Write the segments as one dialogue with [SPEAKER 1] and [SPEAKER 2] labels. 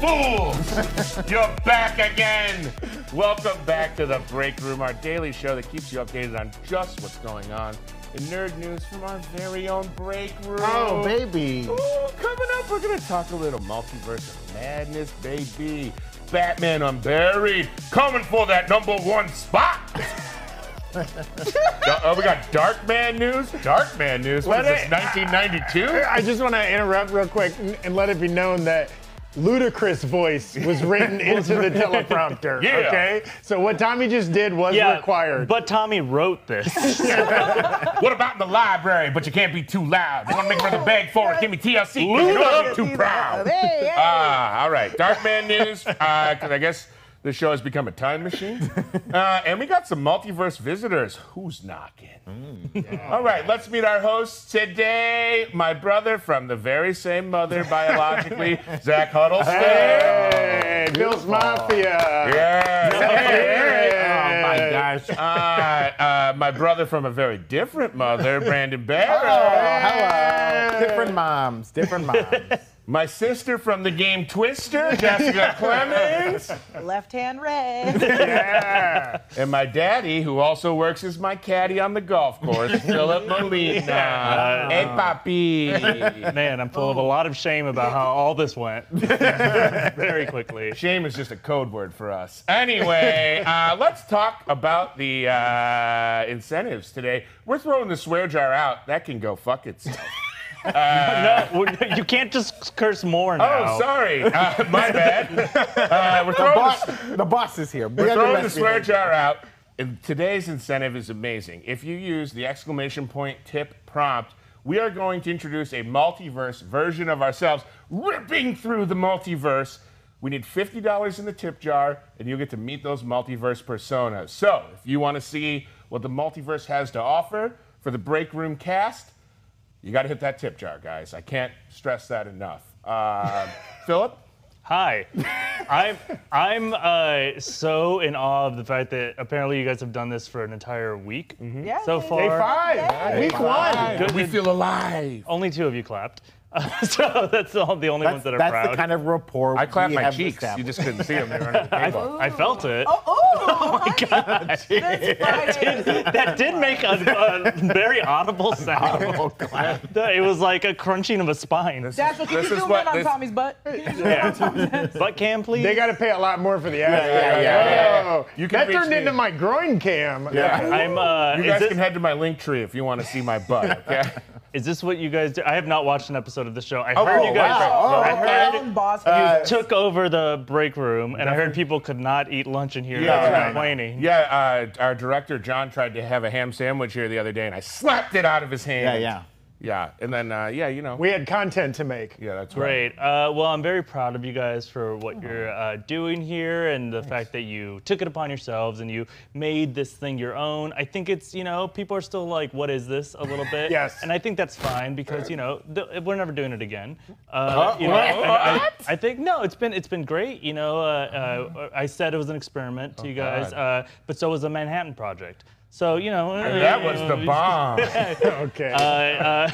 [SPEAKER 1] fools! You're back again! Welcome back to the Break Room, our daily show that keeps you updated on just what's going on in nerd news from our very own Break Room.
[SPEAKER 2] Oh, baby.
[SPEAKER 1] Ooh, coming up, we're going to talk a little multiverse of madness, baby. Batman Unburied, coming for that number one spot. oh, we got Dark Man news. Dark Man news. What
[SPEAKER 2] Let
[SPEAKER 1] is this?
[SPEAKER 2] it-
[SPEAKER 1] 1992.
[SPEAKER 2] I just want to interrupt real quick and- and let it be known that ludicrous voice was written into the teleprompter.
[SPEAKER 1] Yeah.
[SPEAKER 2] Okay? So what Tommy just did was required.
[SPEAKER 3] But Tommy wrote this.
[SPEAKER 1] What about in the library? But you can't be too loud. You want to make another bag for it? Give me TLC. You don't wanna be too proud. Ah, all right. Dark Man news. Because I guess the show has become a time machine. Uh, and we got some multiverse visitors. Who's knocking? All right, let's meet our host today. My brother from the very same mother biologically, Zach Huddleston.
[SPEAKER 2] hey, Bill's Mafia.
[SPEAKER 1] Yes.
[SPEAKER 2] Hey.
[SPEAKER 1] gosh. Uh, uh, my brother from a very different mother, Brandon Barrow.
[SPEAKER 2] Hello.
[SPEAKER 4] Different moms, different moms.
[SPEAKER 1] My sister from the game Twister, Jessica Clemens.
[SPEAKER 5] Left hand red.
[SPEAKER 1] And my daddy, who also works as my caddy on the golf course, Philip Molina. Hey, papi.
[SPEAKER 3] Man, I'm full of a lot of shame about how all this went very quickly.
[SPEAKER 1] Shame is just a code word for us. Anyway, uh, let's talk about the uh, incentives today. We're throwing the swear jar out. That can go fuck itself.
[SPEAKER 3] Uh, No, we're- you can't just curse more now.
[SPEAKER 1] Oh, sorry. Uh, my bad. Uh, we're throwing the,
[SPEAKER 4] the boss is here.
[SPEAKER 1] We're throwing the swear jar out. And today's incentive is amazing. If you use the exclamation point tip prompt, we are going to introduce a multiverse version of ourselves, ripping through the multiverse. We need $50 in the tip jar, and you'll get to meet those multiverse personas. So, if you want to see what the multiverse has to offer for the break room cast, you got to hit that tip jar, guys. I can't stress that enough. Uh, Philip?
[SPEAKER 3] Hi. I'm I'm uh, so in awe of the fact that apparently you guys have done this for an entire week
[SPEAKER 5] Yeah,
[SPEAKER 3] so
[SPEAKER 5] baby.
[SPEAKER 3] far.
[SPEAKER 2] Day five. Week one.
[SPEAKER 1] We feel alive.
[SPEAKER 3] Only two of you clapped. so that's all the only
[SPEAKER 4] That's,
[SPEAKER 3] ones that are
[SPEAKER 4] that's
[SPEAKER 3] proud.
[SPEAKER 4] the kind of rapport
[SPEAKER 1] I clapped
[SPEAKER 4] we
[SPEAKER 1] my
[SPEAKER 4] have
[SPEAKER 1] cheeks. You
[SPEAKER 4] established.
[SPEAKER 1] just couldn't see them. They were under the table.
[SPEAKER 3] I felt it.
[SPEAKER 5] Oh, oh my God.
[SPEAKER 3] That did make a, a very audible sound. it was like a crunching of a spine.
[SPEAKER 5] That's what can you
[SPEAKER 1] This is
[SPEAKER 5] zoom
[SPEAKER 1] what-
[SPEAKER 5] in on
[SPEAKER 1] this-
[SPEAKER 5] Tommy's butt. Can you zoom in on Tommy's butt?
[SPEAKER 3] Butt cam, please.
[SPEAKER 2] They got to pay a lot more for the ad.
[SPEAKER 1] yeah, yeah, yeah.
[SPEAKER 2] Oh,
[SPEAKER 1] You can
[SPEAKER 2] that
[SPEAKER 1] reach
[SPEAKER 2] turned
[SPEAKER 1] me.
[SPEAKER 2] into my groin cam.
[SPEAKER 1] Yeah.
[SPEAKER 3] I'm. Uh,
[SPEAKER 1] You
[SPEAKER 3] is,
[SPEAKER 1] guys
[SPEAKER 3] this,
[SPEAKER 1] can head to my link tree if you want to see my butt. Okay.
[SPEAKER 3] is this what you guys do? I have not watched an episode of the show. I Uh, heard you guys
[SPEAKER 1] Oh, wow.
[SPEAKER 5] I
[SPEAKER 1] I heard-
[SPEAKER 5] heard boss.
[SPEAKER 3] took over the break room, and I heard people could not eat lunch in here.
[SPEAKER 1] Yeah,
[SPEAKER 3] They were
[SPEAKER 1] right.
[SPEAKER 3] complaining.
[SPEAKER 1] Yeah, uh, our director John tried to have a ham sandwich here the other day, and I slapped it out of his hand.
[SPEAKER 4] yeah, yeah.
[SPEAKER 1] Yeah, and then uh, yeah, you know.
[SPEAKER 2] We had content to make.
[SPEAKER 1] yeah, that's right.
[SPEAKER 3] Great. Uh, well, I'm very proud of you guys for what you're uh, doing here and the fact that you took it upon yourselves and you made this thing your own. I think it's, you know, people are still like, what is this a little bit?
[SPEAKER 2] Yes.
[SPEAKER 3] And I think that's fine because, you know, th- we're never doing it again. Uh, you know,
[SPEAKER 1] Uh-huh. what?
[SPEAKER 3] and I, I think, no, it's been, it's been great. You know, uh, uh, I said it was an experiment
[SPEAKER 1] Oh,
[SPEAKER 3] to you guys, uh, but so was the Manhattan Project. So, you know. uh,
[SPEAKER 1] And that was the bomb. Uh,
[SPEAKER 2] Okay.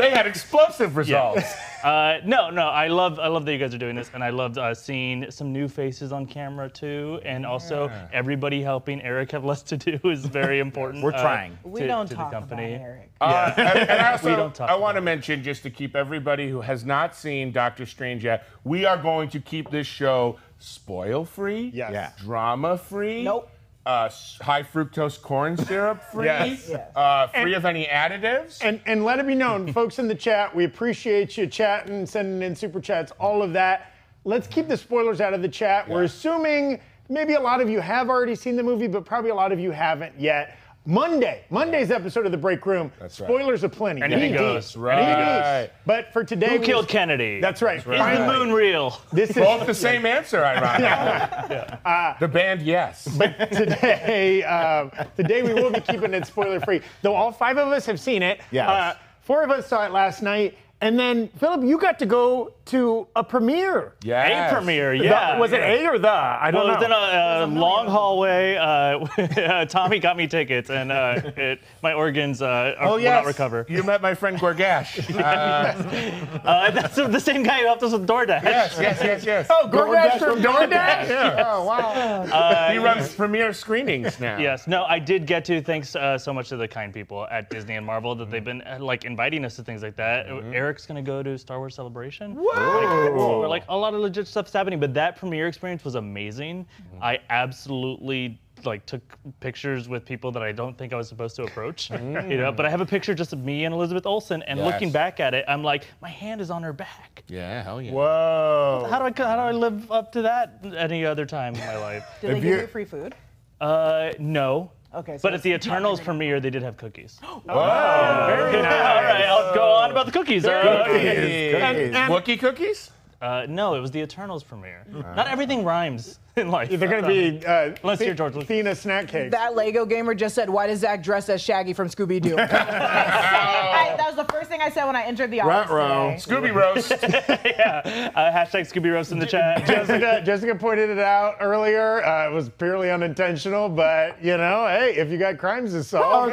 [SPEAKER 1] they had explosive results.
[SPEAKER 3] Uh, no, no, I love I love that you guys are doing this, and I loved uh, seeing some new faces on camera too, and also everybody helping Eric have less to do is very important. Uh,
[SPEAKER 4] We're trying.
[SPEAKER 5] We
[SPEAKER 3] to-
[SPEAKER 5] don't
[SPEAKER 3] to the
[SPEAKER 5] talk about
[SPEAKER 3] company.
[SPEAKER 5] Eric.
[SPEAKER 1] Uh, and, and I also,
[SPEAKER 3] We don't talk
[SPEAKER 1] I want to
[SPEAKER 3] about
[SPEAKER 1] mention just to keep everybody who has not seen Doctor Strange yet, we are going to keep this show spoil free,
[SPEAKER 2] Yes. Yeah.
[SPEAKER 1] drama free,
[SPEAKER 5] Nope.
[SPEAKER 1] uh, s- high fructose corn syrup free,
[SPEAKER 2] Yes.
[SPEAKER 5] Yes.
[SPEAKER 1] uh, free of any additives.
[SPEAKER 2] And, and let it be known, folks in the chat, we appreciate you chatting, sending in super chats, all of that. Let's keep the spoilers out of the chat. We're
[SPEAKER 1] Yeah.
[SPEAKER 2] assuming maybe a lot of you have already seen the movie, but probably a lot of you haven't yet. Monday, Monday's episode of The Break Room,
[SPEAKER 1] That's right.
[SPEAKER 2] spoilers aplenty.
[SPEAKER 3] Anything
[SPEAKER 2] DDs.
[SPEAKER 3] goes,
[SPEAKER 1] right.
[SPEAKER 2] DDs. But for today,
[SPEAKER 3] Who
[SPEAKER 2] we-
[SPEAKER 3] killed Kennedy?
[SPEAKER 2] That's right. That's
[SPEAKER 3] Is the moon real?
[SPEAKER 2] This is
[SPEAKER 1] Both the same answer, ironically. the band, yes.
[SPEAKER 2] today. Uh, today we will be keeping it spoiler free, though all five of us have seen it.
[SPEAKER 4] Yes.
[SPEAKER 2] four of us saw it last night, And then Philip, you got to go to a premiere.
[SPEAKER 1] Yes.
[SPEAKER 3] A premiere, yeah.
[SPEAKER 2] The- was it A or the? I don't
[SPEAKER 3] Well,
[SPEAKER 2] know.
[SPEAKER 3] it was in a, uh long hallway. Uh, Tommy got me tickets, and uh, it, my organs uh, are, will not recover.
[SPEAKER 1] You met my friend Gorgash. Uh,
[SPEAKER 3] Uh, that's the same guy who helped us with DoorDash.
[SPEAKER 1] yes, yes, yes, yes.
[SPEAKER 2] oh, Gorgash from DoorDash.
[SPEAKER 1] Yeah.
[SPEAKER 4] Oh, wow.
[SPEAKER 1] he runs premiere screenings now.
[SPEAKER 3] Yes. No, I did get to. Thanks uh, so much to the kind people at Disney and Marvel that they've been uh, like inviting us to things like that. Uh, Eric's gonna go to Star Wars Celebration. What? we're like a lot of legit stuff's happening, but that premiere experience was amazing. I absolutely like took pictures with people that I don't think I was supposed to approach. You know, but I have a picture just of me and Elizabeth Olsen, and looking
[SPEAKER 1] Yes.
[SPEAKER 3] back at it, I'm like, my hand is on her back.
[SPEAKER 1] Yeah, hell yeah.
[SPEAKER 2] Whoa.
[SPEAKER 3] How do I co- how do I live up to that any other time in my life?
[SPEAKER 5] Did they
[SPEAKER 4] If
[SPEAKER 5] give
[SPEAKER 4] you-
[SPEAKER 5] you free food?
[SPEAKER 3] Uh, no.
[SPEAKER 5] Okay, so
[SPEAKER 3] but at the
[SPEAKER 5] that's not
[SPEAKER 3] Eternals
[SPEAKER 5] really-
[SPEAKER 3] premiere, they did have cookies.
[SPEAKER 1] Whoa.
[SPEAKER 3] All right, I'll go on about the cookies. Uh,
[SPEAKER 1] Cookies.
[SPEAKER 2] And- and-
[SPEAKER 1] Wookie cookies?
[SPEAKER 3] uh, no, it was the Eternals premiere. Not everything rhymes in life.
[SPEAKER 2] They're going to be uh,
[SPEAKER 3] Unless
[SPEAKER 2] Thi-
[SPEAKER 3] you're George Lucas.
[SPEAKER 2] Athena snack cakes.
[SPEAKER 5] That Lego gamer just said, "Why does Zach dress as Shaggy from Scooby Doo?" that was the first thing I said when I entered the office.
[SPEAKER 4] Ruh-roh.
[SPEAKER 5] today.
[SPEAKER 1] Scooby roast.
[SPEAKER 3] Uh, hashtag Scooby Roast in the chat.
[SPEAKER 2] Jessica, Jessica pointed it out earlier. Uh, it was purely unintentional, but you know, hey, if you got crimes to
[SPEAKER 1] Oh,
[SPEAKER 2] solve,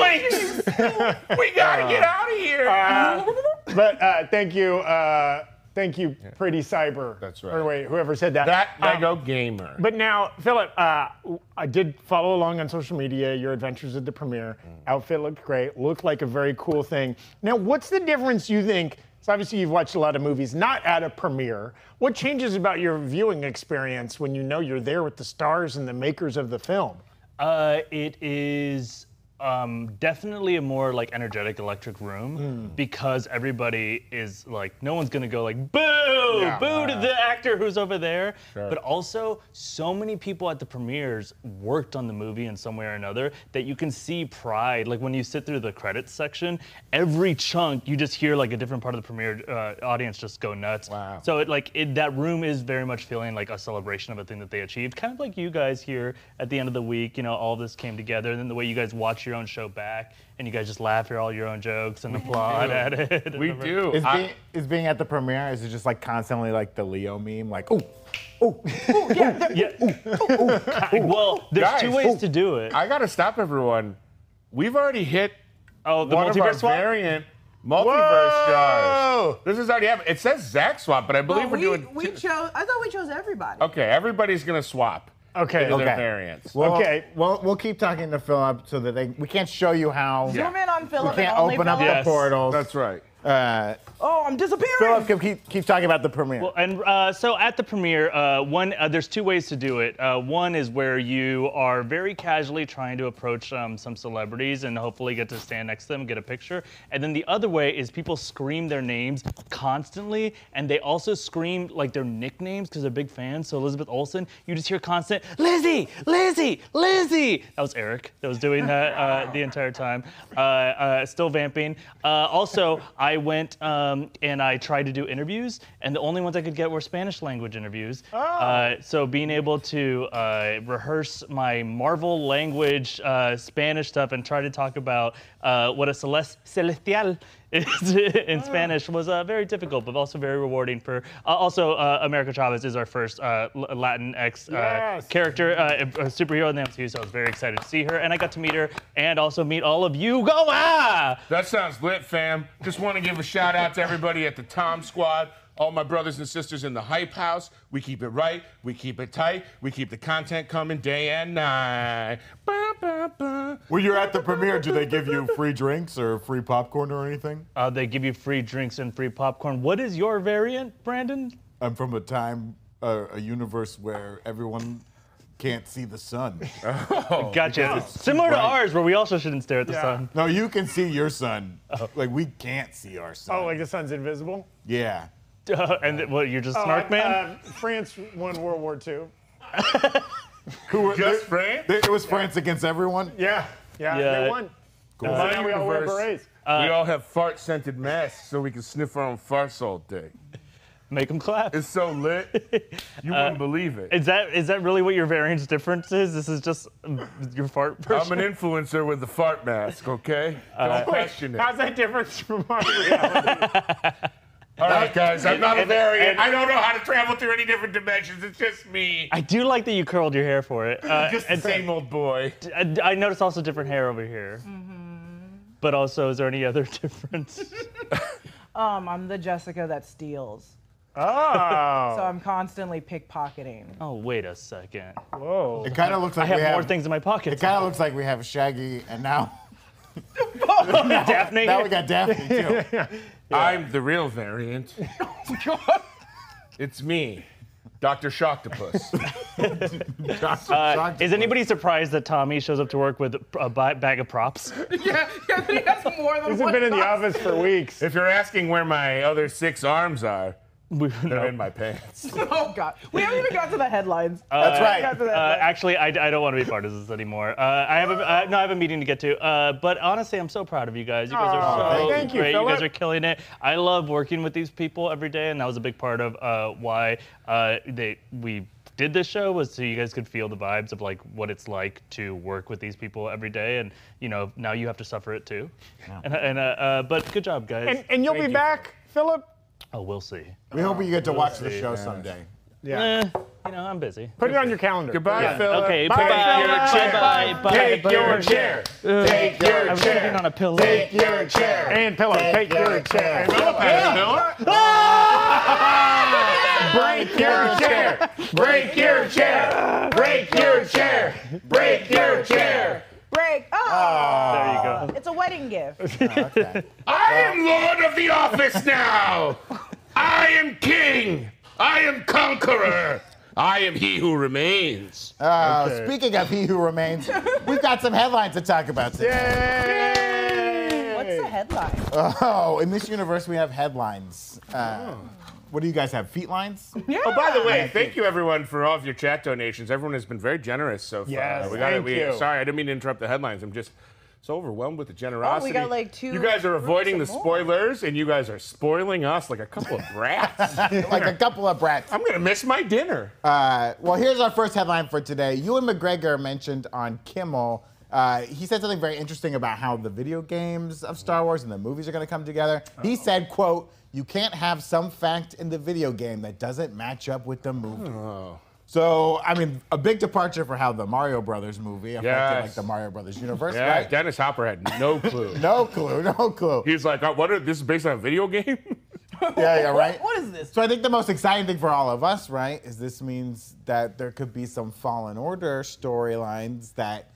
[SPEAKER 1] Zoinks! we gotta get out of here.
[SPEAKER 2] but uh, thank you, uh, thank you, Pretty Cyber.
[SPEAKER 1] That's right.
[SPEAKER 2] Or wait, whoever said that.
[SPEAKER 1] that
[SPEAKER 2] Um,
[SPEAKER 1] Lego gamer.
[SPEAKER 2] But now, Philip, uh, I did follow along on social media your adventures at the premiere.
[SPEAKER 4] Mm.
[SPEAKER 2] Outfit looked great, looked like a very cool thing. Now, what's the difference you think? So obviously, you've watched a lot of movies, not at a premiere. What changes about your viewing experience when you know you're there with the stars and the makers of the film?
[SPEAKER 3] Uh, it is um, definitely a more like energetic electric room because everybody is like no one's gonna go like boo boo to the actor who's over there but also so many people at the premieres worked on the movie in some way or another that you can see pride like when you sit through the credits section every chunk you just hear like a different part of the premiere uh, audience just go nuts
[SPEAKER 4] Wow.
[SPEAKER 3] so it like it, that room is very much feeling like a celebration of a thing that they achieved, kind of like you guys here at the end of the week. You know, all this came together, and then the way you guys watch your own show back, and you guys just laugh at all your own jokes and applaud at it.
[SPEAKER 1] we do.
[SPEAKER 4] Is
[SPEAKER 1] I-
[SPEAKER 4] being, is being at the premiere, is it just like constantly like the Leo meme? Like, oh, oh.
[SPEAKER 3] Yeah. well, there's two
[SPEAKER 1] Guys.
[SPEAKER 3] ways to do it.
[SPEAKER 1] I gotta stop everyone. We've already hit
[SPEAKER 3] oh, the
[SPEAKER 1] one of our
[SPEAKER 3] multiverse one.
[SPEAKER 1] variant multiverse jars. This is already happening. It says Zach swap, but I
[SPEAKER 5] But
[SPEAKER 1] believe
[SPEAKER 5] we,
[SPEAKER 1] we're doing.
[SPEAKER 5] we
[SPEAKER 1] two-
[SPEAKER 5] chose. I thought we chose everybody.
[SPEAKER 1] okay, everybody's gonna swap.
[SPEAKER 2] Okay.
[SPEAKER 1] into Their
[SPEAKER 4] Okay.
[SPEAKER 1] variants.
[SPEAKER 4] Well,
[SPEAKER 2] Okay.
[SPEAKER 4] We'll, we'll keep talking to Philip so that they, we can't show you how.
[SPEAKER 5] Zoom in on
[SPEAKER 4] We
[SPEAKER 5] Philip.
[SPEAKER 4] can't
[SPEAKER 5] and only
[SPEAKER 4] open up
[SPEAKER 5] Philip.
[SPEAKER 3] Yes.
[SPEAKER 4] the portals.
[SPEAKER 1] That's right.
[SPEAKER 4] Uh,
[SPEAKER 5] Oh, I'm disappearing.
[SPEAKER 4] Philip, can keep, keep talking about the premiere.
[SPEAKER 3] Well, and uh, so at the premiere, uh, one uh, there's two ways to do it. Uh, one is where you are very casually trying to approach um, some celebrities and hopefully get to stand next to them, get a picture. And then the other way is people scream their names constantly, and they also scream like their nicknames because they're big fans. So Elizabeth Olsen, you just hear constant Lizzie, Lizzie, Lizzie. That was Eric that was doing that uh, the entire time. Uh, uh, still vamping. Uh, also, I went um, and I tried to do interviews, and the only ones I could get were Spanish language interviews. Uh, so being able to uh, rehearse my Marvel language uh, Spanish stuff and try to talk about uh, what a celest- celestial is in Spanish was uh, very difficult, but also very rewarding. For uh, also, uh, America Chavez is our first uh, L- Latinx uh,
[SPEAKER 2] Yes.
[SPEAKER 3] character, uh, a a superhero in the MCU. So I was very excited to see her, and I got to meet her, and also meet all of you. Go ah!
[SPEAKER 1] That sounds lit, fam. Just want to give a shout out to everybody at the Tom Squad, all my brothers and sisters in the Hype House. We keep it right, we keep it tight, we keep the content coming day and night. Ba, ba, ba.
[SPEAKER 6] When you're at the premiere, do they give you free drinks or free popcorn or anything?
[SPEAKER 3] Uh, they give you free drinks and free popcorn. What is your variant, Brandon?
[SPEAKER 6] I'm from a time, uh, a universe where everyone can't see the sun.
[SPEAKER 3] Gotcha. Similar to
[SPEAKER 6] bright.
[SPEAKER 3] ours, where we also shouldn't stare at the sun.
[SPEAKER 6] No, you can see your sun.
[SPEAKER 1] Oh.
[SPEAKER 6] Like we can't see our sun.
[SPEAKER 2] Oh, like the sun's invisible?
[SPEAKER 6] yeah.
[SPEAKER 3] Uh, and th- what, you're just
[SPEAKER 2] Oh,
[SPEAKER 3] snark man?
[SPEAKER 2] uh, France won World War II.
[SPEAKER 6] Who were,
[SPEAKER 1] Just
[SPEAKER 6] they-
[SPEAKER 1] France?
[SPEAKER 6] they- it was France against everyone.
[SPEAKER 2] Yeah. Yeah,
[SPEAKER 3] Yeah.
[SPEAKER 2] they won.
[SPEAKER 6] Cool.
[SPEAKER 2] So now we all wear
[SPEAKER 1] Uh, Universe.
[SPEAKER 2] berets. Uh,
[SPEAKER 1] we all have fart scented masks so we can sniff our own farts all day.
[SPEAKER 3] Make them clap.
[SPEAKER 1] It's so lit. You
[SPEAKER 2] Uh,
[SPEAKER 1] wouldn't believe it.
[SPEAKER 3] Is that is that really what your variance difference is? This is just um, your fart
[SPEAKER 1] I'm
[SPEAKER 3] version.
[SPEAKER 1] an influencer with the fart mask, okay?
[SPEAKER 2] Uh,
[SPEAKER 1] Don't question it.
[SPEAKER 2] How's that different from our reality?
[SPEAKER 1] All right, guys, I'm not a
[SPEAKER 3] and-
[SPEAKER 1] variant.
[SPEAKER 3] and-
[SPEAKER 1] I don't know how to travel through any different dimensions. It's just me.
[SPEAKER 3] I do like that you curled your hair for it. Uh,
[SPEAKER 1] just the same old boy.
[SPEAKER 3] I, I noticed also different hair over here.
[SPEAKER 4] Mm-hmm.
[SPEAKER 3] But also, is there any other difference?
[SPEAKER 5] Um, I'm the Jessica that steals.
[SPEAKER 2] Oh.
[SPEAKER 5] So I'm constantly pickpocketing.
[SPEAKER 3] oh, wait a second.
[SPEAKER 2] Whoa.
[SPEAKER 4] It kind of looks
[SPEAKER 3] I
[SPEAKER 4] like
[SPEAKER 3] have
[SPEAKER 4] we
[SPEAKER 3] more
[SPEAKER 4] have,
[SPEAKER 3] things in my pocket.
[SPEAKER 4] It kind of looks like we have Shaggy, and now
[SPEAKER 3] Daphne.
[SPEAKER 4] now we got Daphne too.
[SPEAKER 1] I'm the real variant. it's me, Dr. Shocktopus.
[SPEAKER 3] Uh, is anybody surprised that Tommy shows up to work with a bi- bag of props?
[SPEAKER 5] yeah, yeah, but he has more than
[SPEAKER 2] He's
[SPEAKER 5] one.
[SPEAKER 2] been in the
[SPEAKER 5] box.
[SPEAKER 2] office for weeks.
[SPEAKER 1] if you're asking where my other six arms are,
[SPEAKER 3] We-
[SPEAKER 1] they're
[SPEAKER 3] no.
[SPEAKER 1] in my pants.
[SPEAKER 5] Oh God, we haven't even got to the headlines.
[SPEAKER 4] That's
[SPEAKER 5] We haven't got to the
[SPEAKER 4] right.
[SPEAKER 3] Uh,
[SPEAKER 5] headlines.
[SPEAKER 3] actually, I, I don't want to be part of this anymore. Uh, I have a uh, no, I have a meeting to get to. Uh, but honestly, I'm so proud of you guys. You guys are
[SPEAKER 2] Aw,
[SPEAKER 3] so
[SPEAKER 2] thank you,
[SPEAKER 3] great. You, guys
[SPEAKER 2] Philip.
[SPEAKER 3] are killing it. I love working with these people every day, and that was a big part of uh, why uh, they we did this show was so you guys could feel the vibes of like what it's like to work with these people every day, and you know now you have to suffer it too. And, and uh, uh, but good job, guys.
[SPEAKER 2] And, and you'll be
[SPEAKER 1] you.
[SPEAKER 2] back, Philip?
[SPEAKER 3] oh, we'll see.
[SPEAKER 4] We hope you get to watch the show someday.
[SPEAKER 2] Yeah.
[SPEAKER 3] Eh, you know, I'm busy.
[SPEAKER 2] Put it on your calendar.
[SPEAKER 1] Goodbye, Philip.
[SPEAKER 3] Okay,
[SPEAKER 1] Take
[SPEAKER 3] bye,
[SPEAKER 1] your
[SPEAKER 3] Philip.
[SPEAKER 1] chair.
[SPEAKER 3] Bye, bye,
[SPEAKER 1] Take
[SPEAKER 3] bye.
[SPEAKER 1] your chair. Take your
[SPEAKER 3] I'm sitting
[SPEAKER 1] chair.
[SPEAKER 3] on a pillow.
[SPEAKER 1] Take your chair.
[SPEAKER 2] And Pillow, take your chair.
[SPEAKER 1] Philip had a pillow.
[SPEAKER 2] Break your chair.
[SPEAKER 1] Break your chair. Break your chair. Break your chair.
[SPEAKER 5] break. Oh,
[SPEAKER 3] There you go.
[SPEAKER 5] it's a wedding gift.
[SPEAKER 1] I am lord of the office now. I am king. I am conqueror. I am he who remains.
[SPEAKER 4] Uh, Speaking of He Who Remains, we've got some headlines to talk about today.
[SPEAKER 5] What's the headline?
[SPEAKER 4] Oh, in this universe, we have headlines. Uh, What do you guys have? Feet lines?
[SPEAKER 1] Oh, by the way, thank you everyone for all of your chat donations. Everyone has been very generous so far.
[SPEAKER 2] Yes,
[SPEAKER 1] we got
[SPEAKER 2] thank
[SPEAKER 1] we,
[SPEAKER 2] you.
[SPEAKER 1] Sorry, I didn't mean to interrupt the headlines. I'm just so overwhelmed with the generosity.
[SPEAKER 5] Oh, like, two
[SPEAKER 1] You guys are
[SPEAKER 5] groups
[SPEAKER 1] avoiding the
[SPEAKER 5] of more.
[SPEAKER 1] spoilers, and you guys are spoiling us like a couple of brats.
[SPEAKER 4] like a couple of brats.
[SPEAKER 1] I'm gonna miss my dinner.
[SPEAKER 4] Uh, well, here's our first headline for today. Ewan McGregor mentioned on Kimmel. Uh, he said something very interesting about how the video games of Star Wars and the movies are going to come together. He said, "quote You can't have some fact in the video game that doesn't match up with the movie."
[SPEAKER 1] Oh.
[SPEAKER 4] So, I mean, a big departure for how the Mario Brothers movie affected
[SPEAKER 1] Yes.
[SPEAKER 4] like the Mario Brothers universe,
[SPEAKER 1] yeah,
[SPEAKER 4] right?
[SPEAKER 1] Dennis Hopper had no clue.
[SPEAKER 4] no clue, no clue.
[SPEAKER 1] He's like, oh, what? Are, this is based on a video game?
[SPEAKER 4] yeah, yeah, right.
[SPEAKER 5] What is this?
[SPEAKER 4] So I think the most exciting thing for all of us, right, is this means that there could be some Fallen Order storylines that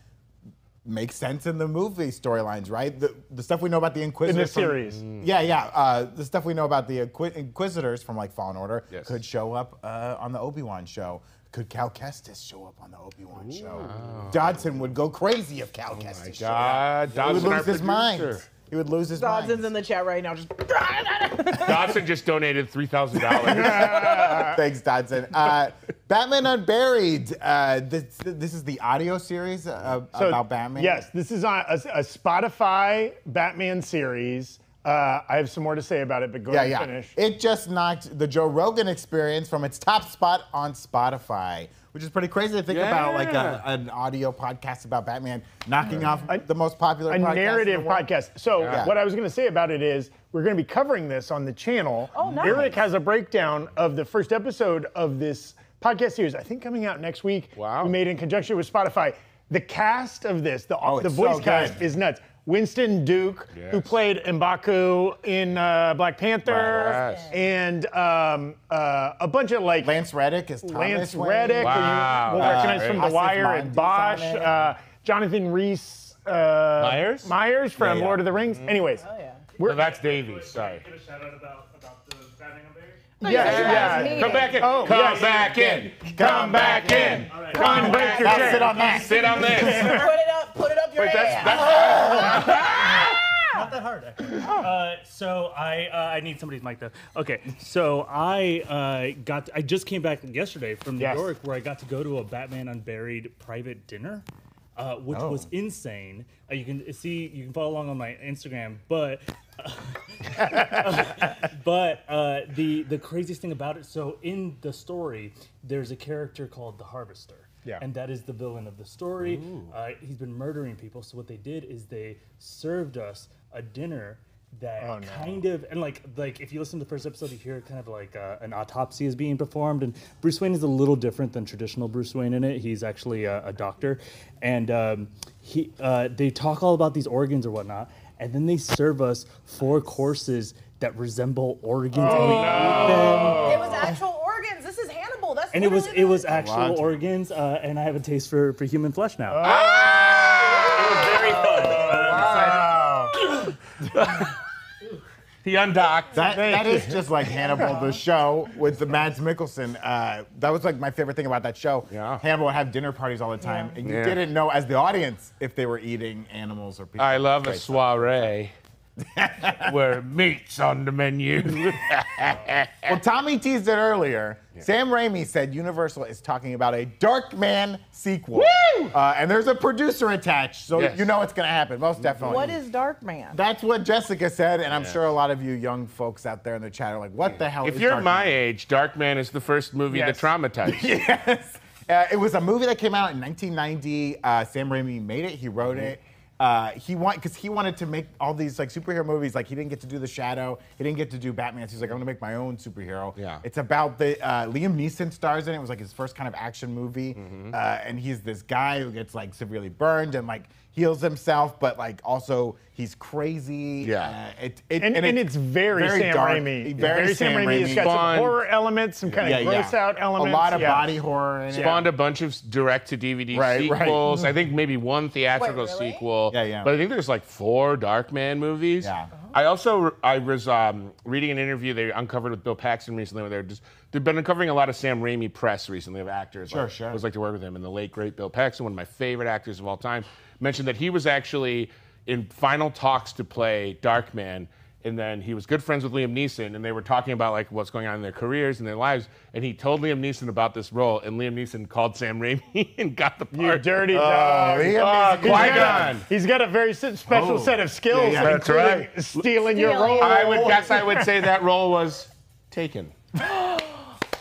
[SPEAKER 4] make sense in the movie storylines, right? The, the stuff we know about the Inquisitors.
[SPEAKER 2] In the
[SPEAKER 4] from-
[SPEAKER 2] series.
[SPEAKER 4] yeah, yeah. Uh, the stuff we know about the Inqui- Inquisitors from like Fallen Order
[SPEAKER 1] Yes.
[SPEAKER 4] could show up uh, on the Obi Wan show. Could Cal Kestis show up on the Obi Wan show? Dodson would go crazy if Cal Kestis showed up.
[SPEAKER 1] Oh God,
[SPEAKER 4] He
[SPEAKER 1] Dodson,
[SPEAKER 4] would
[SPEAKER 1] our
[SPEAKER 4] lose his mind.
[SPEAKER 1] producer.
[SPEAKER 4] He would lose his mind.
[SPEAKER 5] Dodson's in the chat right now. Just.
[SPEAKER 1] Dodson just donated three thousand dollars.
[SPEAKER 4] Thanks, Dodson. Uh, Batman Unburied. Uh, this, this is the audio series uh,
[SPEAKER 2] So,
[SPEAKER 4] about Batman.
[SPEAKER 2] Yes, this is on a, a Spotify Batman series. Uh, I have some more to say about it, but go
[SPEAKER 4] Yeah,
[SPEAKER 2] ahead
[SPEAKER 4] yeah.
[SPEAKER 2] and finish.
[SPEAKER 4] It just knocked the Joe Rogan experience from its top spot on Spotify, which is pretty crazy to think about, like a,
[SPEAKER 1] Yeah.
[SPEAKER 4] an audio podcast about Batman knocking off the most popular
[SPEAKER 2] a
[SPEAKER 4] podcast in the
[SPEAKER 2] narrative
[SPEAKER 4] world.
[SPEAKER 2] podcast. So
[SPEAKER 4] Yeah.
[SPEAKER 2] what I was going to say about it is we're going to be covering this on the channel.
[SPEAKER 5] Oh, nice.
[SPEAKER 2] Eric has a breakdown of the first episode of this podcast series. I think coming out next week.
[SPEAKER 1] Wow.
[SPEAKER 2] We made in conjunction with Spotify. The cast of this, the
[SPEAKER 4] Oh,
[SPEAKER 2] the
[SPEAKER 4] it's
[SPEAKER 2] voice
[SPEAKER 4] so
[SPEAKER 2] cast
[SPEAKER 4] good.
[SPEAKER 2] is nuts. Winston Duke, who
[SPEAKER 1] Yes.
[SPEAKER 2] played Mbaku in uh, Black Panther,
[SPEAKER 1] Right. Yes.
[SPEAKER 2] and um, uh, a bunch of like
[SPEAKER 4] Lance Reddick is Thomas
[SPEAKER 2] Lance
[SPEAKER 4] Wayne.
[SPEAKER 2] Reddick,
[SPEAKER 1] Wow,
[SPEAKER 2] who you will
[SPEAKER 1] that's
[SPEAKER 2] recognize from
[SPEAKER 1] great.
[SPEAKER 2] The Wire
[SPEAKER 4] Asif
[SPEAKER 2] and Bosch,
[SPEAKER 4] Mandy's on it.
[SPEAKER 2] uh, Jonathan Reese uh,
[SPEAKER 1] Myers?
[SPEAKER 2] Myers from
[SPEAKER 4] Yeah, Mm-hmm. yeah.
[SPEAKER 2] Lord of the Rings. Anyways,
[SPEAKER 4] Oh,
[SPEAKER 5] yeah.
[SPEAKER 1] no, that's Davies. Sorry.
[SPEAKER 3] a shout out about, about the batting up there?
[SPEAKER 2] yeah,
[SPEAKER 5] That's me.
[SPEAKER 1] Come back in.
[SPEAKER 2] Oh,
[SPEAKER 1] Come
[SPEAKER 2] yes.
[SPEAKER 1] back in. Come back in. Come back in.
[SPEAKER 4] Now sit on that.
[SPEAKER 1] Sit on this.
[SPEAKER 5] Put it up. Put it up your
[SPEAKER 1] Wait, that's,
[SPEAKER 5] ass.
[SPEAKER 1] that's
[SPEAKER 3] Not that hard, actually. Uh, so I uh, I need somebody's mic though. Okay, so I uh, got I just came back yesterday from New
[SPEAKER 2] Yes.
[SPEAKER 3] York where I got to go to a Batman Unburied private dinner, uh, which was insane. Uh, you can see you can follow along on my Instagram, but
[SPEAKER 7] But uh, the the craziest thing about it, so in the story, there's a character called the Harvester,
[SPEAKER 2] Yeah.
[SPEAKER 7] and that is the villain of the story. Uh, he's been murdering people, so what they did is they served us a dinner that
[SPEAKER 2] Oh, no.
[SPEAKER 7] kind of and like like if you listen to the first episode, you hear kind of like uh, an autopsy is being performed, and Bruce Wayne is a little different than traditional Bruce Wayne in it. He's actually a, a doctor, and um, he uh, they talk all about these organs or whatnot, and then they serve us four courses. That resemble organs. and we eat them
[SPEAKER 5] It was actual organs. This is Hannibal. That's
[SPEAKER 7] and it was
[SPEAKER 5] literally
[SPEAKER 7] it
[SPEAKER 5] the-
[SPEAKER 7] was actual organs, uh, and I have a taste for, for human flesh now.
[SPEAKER 3] Very fun.
[SPEAKER 1] He undocked.
[SPEAKER 4] That, that is just like Hannibal, the show with the Mads Mikkelsen. Uh, that was like my favorite thing about that show.
[SPEAKER 1] Yeah.
[SPEAKER 4] Hannibal would have dinner parties all the time, and you
[SPEAKER 1] Yeah.
[SPEAKER 4] didn't know as the audience if they were eating animals or people.
[SPEAKER 1] I love a soiree where meat's on the menu.
[SPEAKER 4] Well, Tommy teased it earlier. Sam Raimi said Universal is talking about a Dark Man sequel.
[SPEAKER 1] Woo!
[SPEAKER 4] Uh, and there's a producer attached, so
[SPEAKER 1] Yes. Mm-hmm.
[SPEAKER 4] you know it's going to happen, most definitely.
[SPEAKER 5] What is Dark Man?
[SPEAKER 4] That's what Jessica said, and I'm sure a lot of you young folks out there in the chat are like, what the hell
[SPEAKER 1] If
[SPEAKER 4] is
[SPEAKER 1] you're
[SPEAKER 4] Dark
[SPEAKER 1] my
[SPEAKER 4] Man?
[SPEAKER 1] age, Darkman is the first movie
[SPEAKER 2] Yes.
[SPEAKER 1] that traumatized. you.
[SPEAKER 4] Yes. Uh, it was a movie that came out in 1990. Uh, Sam Raimi made it. He wrote
[SPEAKER 1] Mm-hmm.
[SPEAKER 4] it. Uh, he want because he wanted to make all these like superhero movies. Like he didn't get to do The Shadow. He didn't get to do Batman. So he's like, I'm gonna make my own superhero.
[SPEAKER 1] Yeah.
[SPEAKER 4] It's about the uh, Liam Neeson stars in it. It was like his first kind of action movie.
[SPEAKER 1] Mm-hmm.
[SPEAKER 4] Uh, and he's this guy who gets like severely burned and like heals himself, but like also he's crazy.
[SPEAKER 1] Yeah.
[SPEAKER 4] Uh, it, it,
[SPEAKER 2] And, and,
[SPEAKER 4] it-
[SPEAKER 2] it's very, Sam
[SPEAKER 4] dark.
[SPEAKER 2] Raimi.
[SPEAKER 4] Very, Sam, Raimi.
[SPEAKER 2] It's got
[SPEAKER 1] Spawn.
[SPEAKER 2] some horror elements, some kind
[SPEAKER 4] Yeah,
[SPEAKER 2] of
[SPEAKER 4] yeah.
[SPEAKER 2] gross out elements.
[SPEAKER 4] A lot of
[SPEAKER 2] yeah.
[SPEAKER 4] body horror. In it.
[SPEAKER 1] Spawned a bunch of direct to DVD
[SPEAKER 4] Right, right.
[SPEAKER 1] sequels. I think maybe one theatrical
[SPEAKER 5] Wait, really?
[SPEAKER 1] sequel.
[SPEAKER 4] Yeah, yeah.
[SPEAKER 1] But I think there's like four Darkman movies.
[SPEAKER 4] Yeah.
[SPEAKER 1] I also I was um, reading an interview they uncovered with Bill Paxton recently where they're just they've been uncovering a lot of Sam Raimi press recently of actors. Sure,
[SPEAKER 4] sure.
[SPEAKER 1] I was like to work with him, and the late great Bill Paxton, one of my favorite actors of all time, mentioned that he was actually in final talks to play Darkman. And then he was good friends with Liam Neeson, and they were talking about like what's going on in their careers and their lives. And he told Liam Neeson about this role, and Liam Neeson called Sam Raimi and got the
[SPEAKER 2] You
[SPEAKER 1] part.
[SPEAKER 4] Oh,
[SPEAKER 2] dirty dog. Oh,
[SPEAKER 4] Liam
[SPEAKER 1] Ah,
[SPEAKER 4] Neeson-
[SPEAKER 2] He's got a-
[SPEAKER 1] Qui-Gon.
[SPEAKER 2] He's got a very s- special
[SPEAKER 4] Oh.
[SPEAKER 2] set of skills,
[SPEAKER 4] Yeah, yeah.
[SPEAKER 1] That's
[SPEAKER 2] including
[SPEAKER 1] right.
[SPEAKER 2] stealing your
[SPEAKER 5] Stealing.
[SPEAKER 2] role.
[SPEAKER 1] I would guess I would say that role was taken.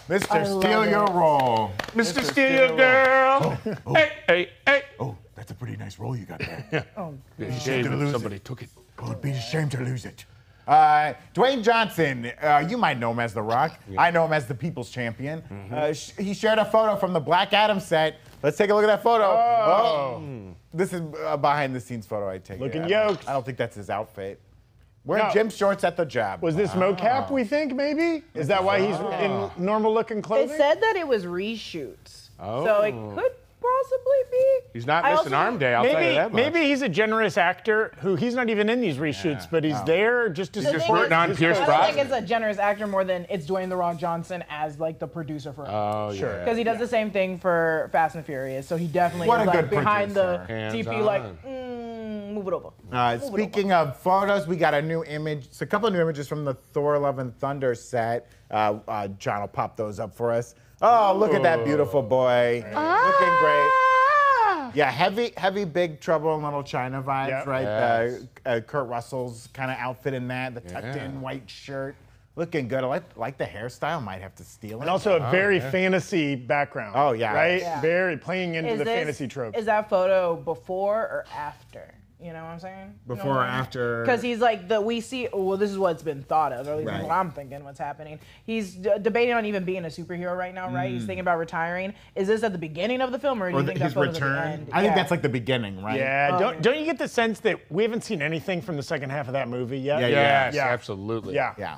[SPEAKER 4] Mr.
[SPEAKER 5] love
[SPEAKER 4] Steal
[SPEAKER 5] it.
[SPEAKER 4] Your Roll.
[SPEAKER 1] Mr. Steal Your Girl. Hey, hey, hey.
[SPEAKER 6] Oh, that's a pretty nice roll you got there.
[SPEAKER 5] Oh.
[SPEAKER 1] Shame
[SPEAKER 6] gonna
[SPEAKER 1] that
[SPEAKER 6] lose
[SPEAKER 1] somebody took it.
[SPEAKER 6] it would be a shame to lose it.
[SPEAKER 4] Uh, Dwayne Johnson, uh, you might know him as The Rock. I know him as the People's Champion.
[SPEAKER 2] Mm-hmm.
[SPEAKER 4] Uh, sh- he shared a photo from the Black Adam set. Let's take a look at that photo. Oh. This is a behind the scenes photo I take. it.
[SPEAKER 2] Looking
[SPEAKER 4] I don't-
[SPEAKER 2] yoked.
[SPEAKER 4] I don't think that's his outfit. Wearing
[SPEAKER 2] No.
[SPEAKER 4] gym shorts at the job.
[SPEAKER 2] Was this
[SPEAKER 4] Ah.
[SPEAKER 2] mocap, we think, maybe? Is that why he's in normal looking
[SPEAKER 5] They
[SPEAKER 2] clothing?
[SPEAKER 5] said that it was reshoots. So it could possibly be.
[SPEAKER 1] Oh. He's not
[SPEAKER 5] I
[SPEAKER 1] missing
[SPEAKER 5] also-
[SPEAKER 1] arm day. I'll tell you
[SPEAKER 2] maybe,
[SPEAKER 1] that much.
[SPEAKER 2] maybe he's a generous actor who he's not even in these reshoots, but
[SPEAKER 1] Oh.
[SPEAKER 2] he's there just to
[SPEAKER 5] The
[SPEAKER 1] just
[SPEAKER 5] thing
[SPEAKER 1] hurting
[SPEAKER 5] is-
[SPEAKER 1] on Pierce
[SPEAKER 5] I don't
[SPEAKER 1] Brosnan.
[SPEAKER 5] think it's a generous actor more than it's Dwayne the Rock Johnson as like the producer for.
[SPEAKER 1] Oh yeah.
[SPEAKER 2] Sure.
[SPEAKER 5] because he does the same thing for Fast and Furious, so he definitely
[SPEAKER 4] What
[SPEAKER 5] is
[SPEAKER 4] a
[SPEAKER 5] like
[SPEAKER 4] good
[SPEAKER 5] behind
[SPEAKER 4] producer.
[SPEAKER 5] the
[SPEAKER 1] Hands
[SPEAKER 5] TP,
[SPEAKER 1] on.
[SPEAKER 5] like mm, move it over.
[SPEAKER 4] Uh,
[SPEAKER 5] Move it
[SPEAKER 4] speaking of photos, we got a new image. It's a couple of new images from the Thor Love and Thunder set. Uh, uh, John will pop those up for us. Oh, look at that beautiful boy. Looking great. Yeah, heavy, heavy, big trouble in Little China vibes,
[SPEAKER 2] Yep.
[SPEAKER 4] right?
[SPEAKER 1] Yes.
[SPEAKER 4] Uh, uh, Kurt Russell's kind of outfit in that, the tucked
[SPEAKER 1] Yeah.
[SPEAKER 4] in white shirt. Looking good. I like, like the hairstyle. Might have to steal it.
[SPEAKER 2] And also
[SPEAKER 1] Oh,
[SPEAKER 2] a very fantasy background.
[SPEAKER 4] Oh, yeah.
[SPEAKER 2] Right?
[SPEAKER 5] Yeah.
[SPEAKER 2] Very playing into
[SPEAKER 5] Is
[SPEAKER 2] the
[SPEAKER 5] this-
[SPEAKER 2] fantasy trope.
[SPEAKER 5] Is that photo before or after? You know what I'm saying?
[SPEAKER 4] Before or after?
[SPEAKER 5] Because he's like the we see. Well, this is what's been thought of. Or at least
[SPEAKER 4] Right.
[SPEAKER 5] what I'm thinking. What's happening? He's d- debating on even being a superhero right now, right? He's thinking about retiring. Is this at the beginning of the film, or do
[SPEAKER 4] Hmm. or
[SPEAKER 5] you
[SPEAKER 4] the,
[SPEAKER 5] think
[SPEAKER 4] his
[SPEAKER 5] that photo's at the
[SPEAKER 4] return.
[SPEAKER 5] end?
[SPEAKER 4] I think
[SPEAKER 5] Yeah.
[SPEAKER 4] that's like the beginning, right?
[SPEAKER 2] yeah, don't, don't you get the sense that we haven't seen anything from the second half of that movie yet?
[SPEAKER 4] Yeah,
[SPEAKER 1] Yes,
[SPEAKER 2] Yeah.
[SPEAKER 1] absolutely.
[SPEAKER 2] Yeah.
[SPEAKER 4] Yeah.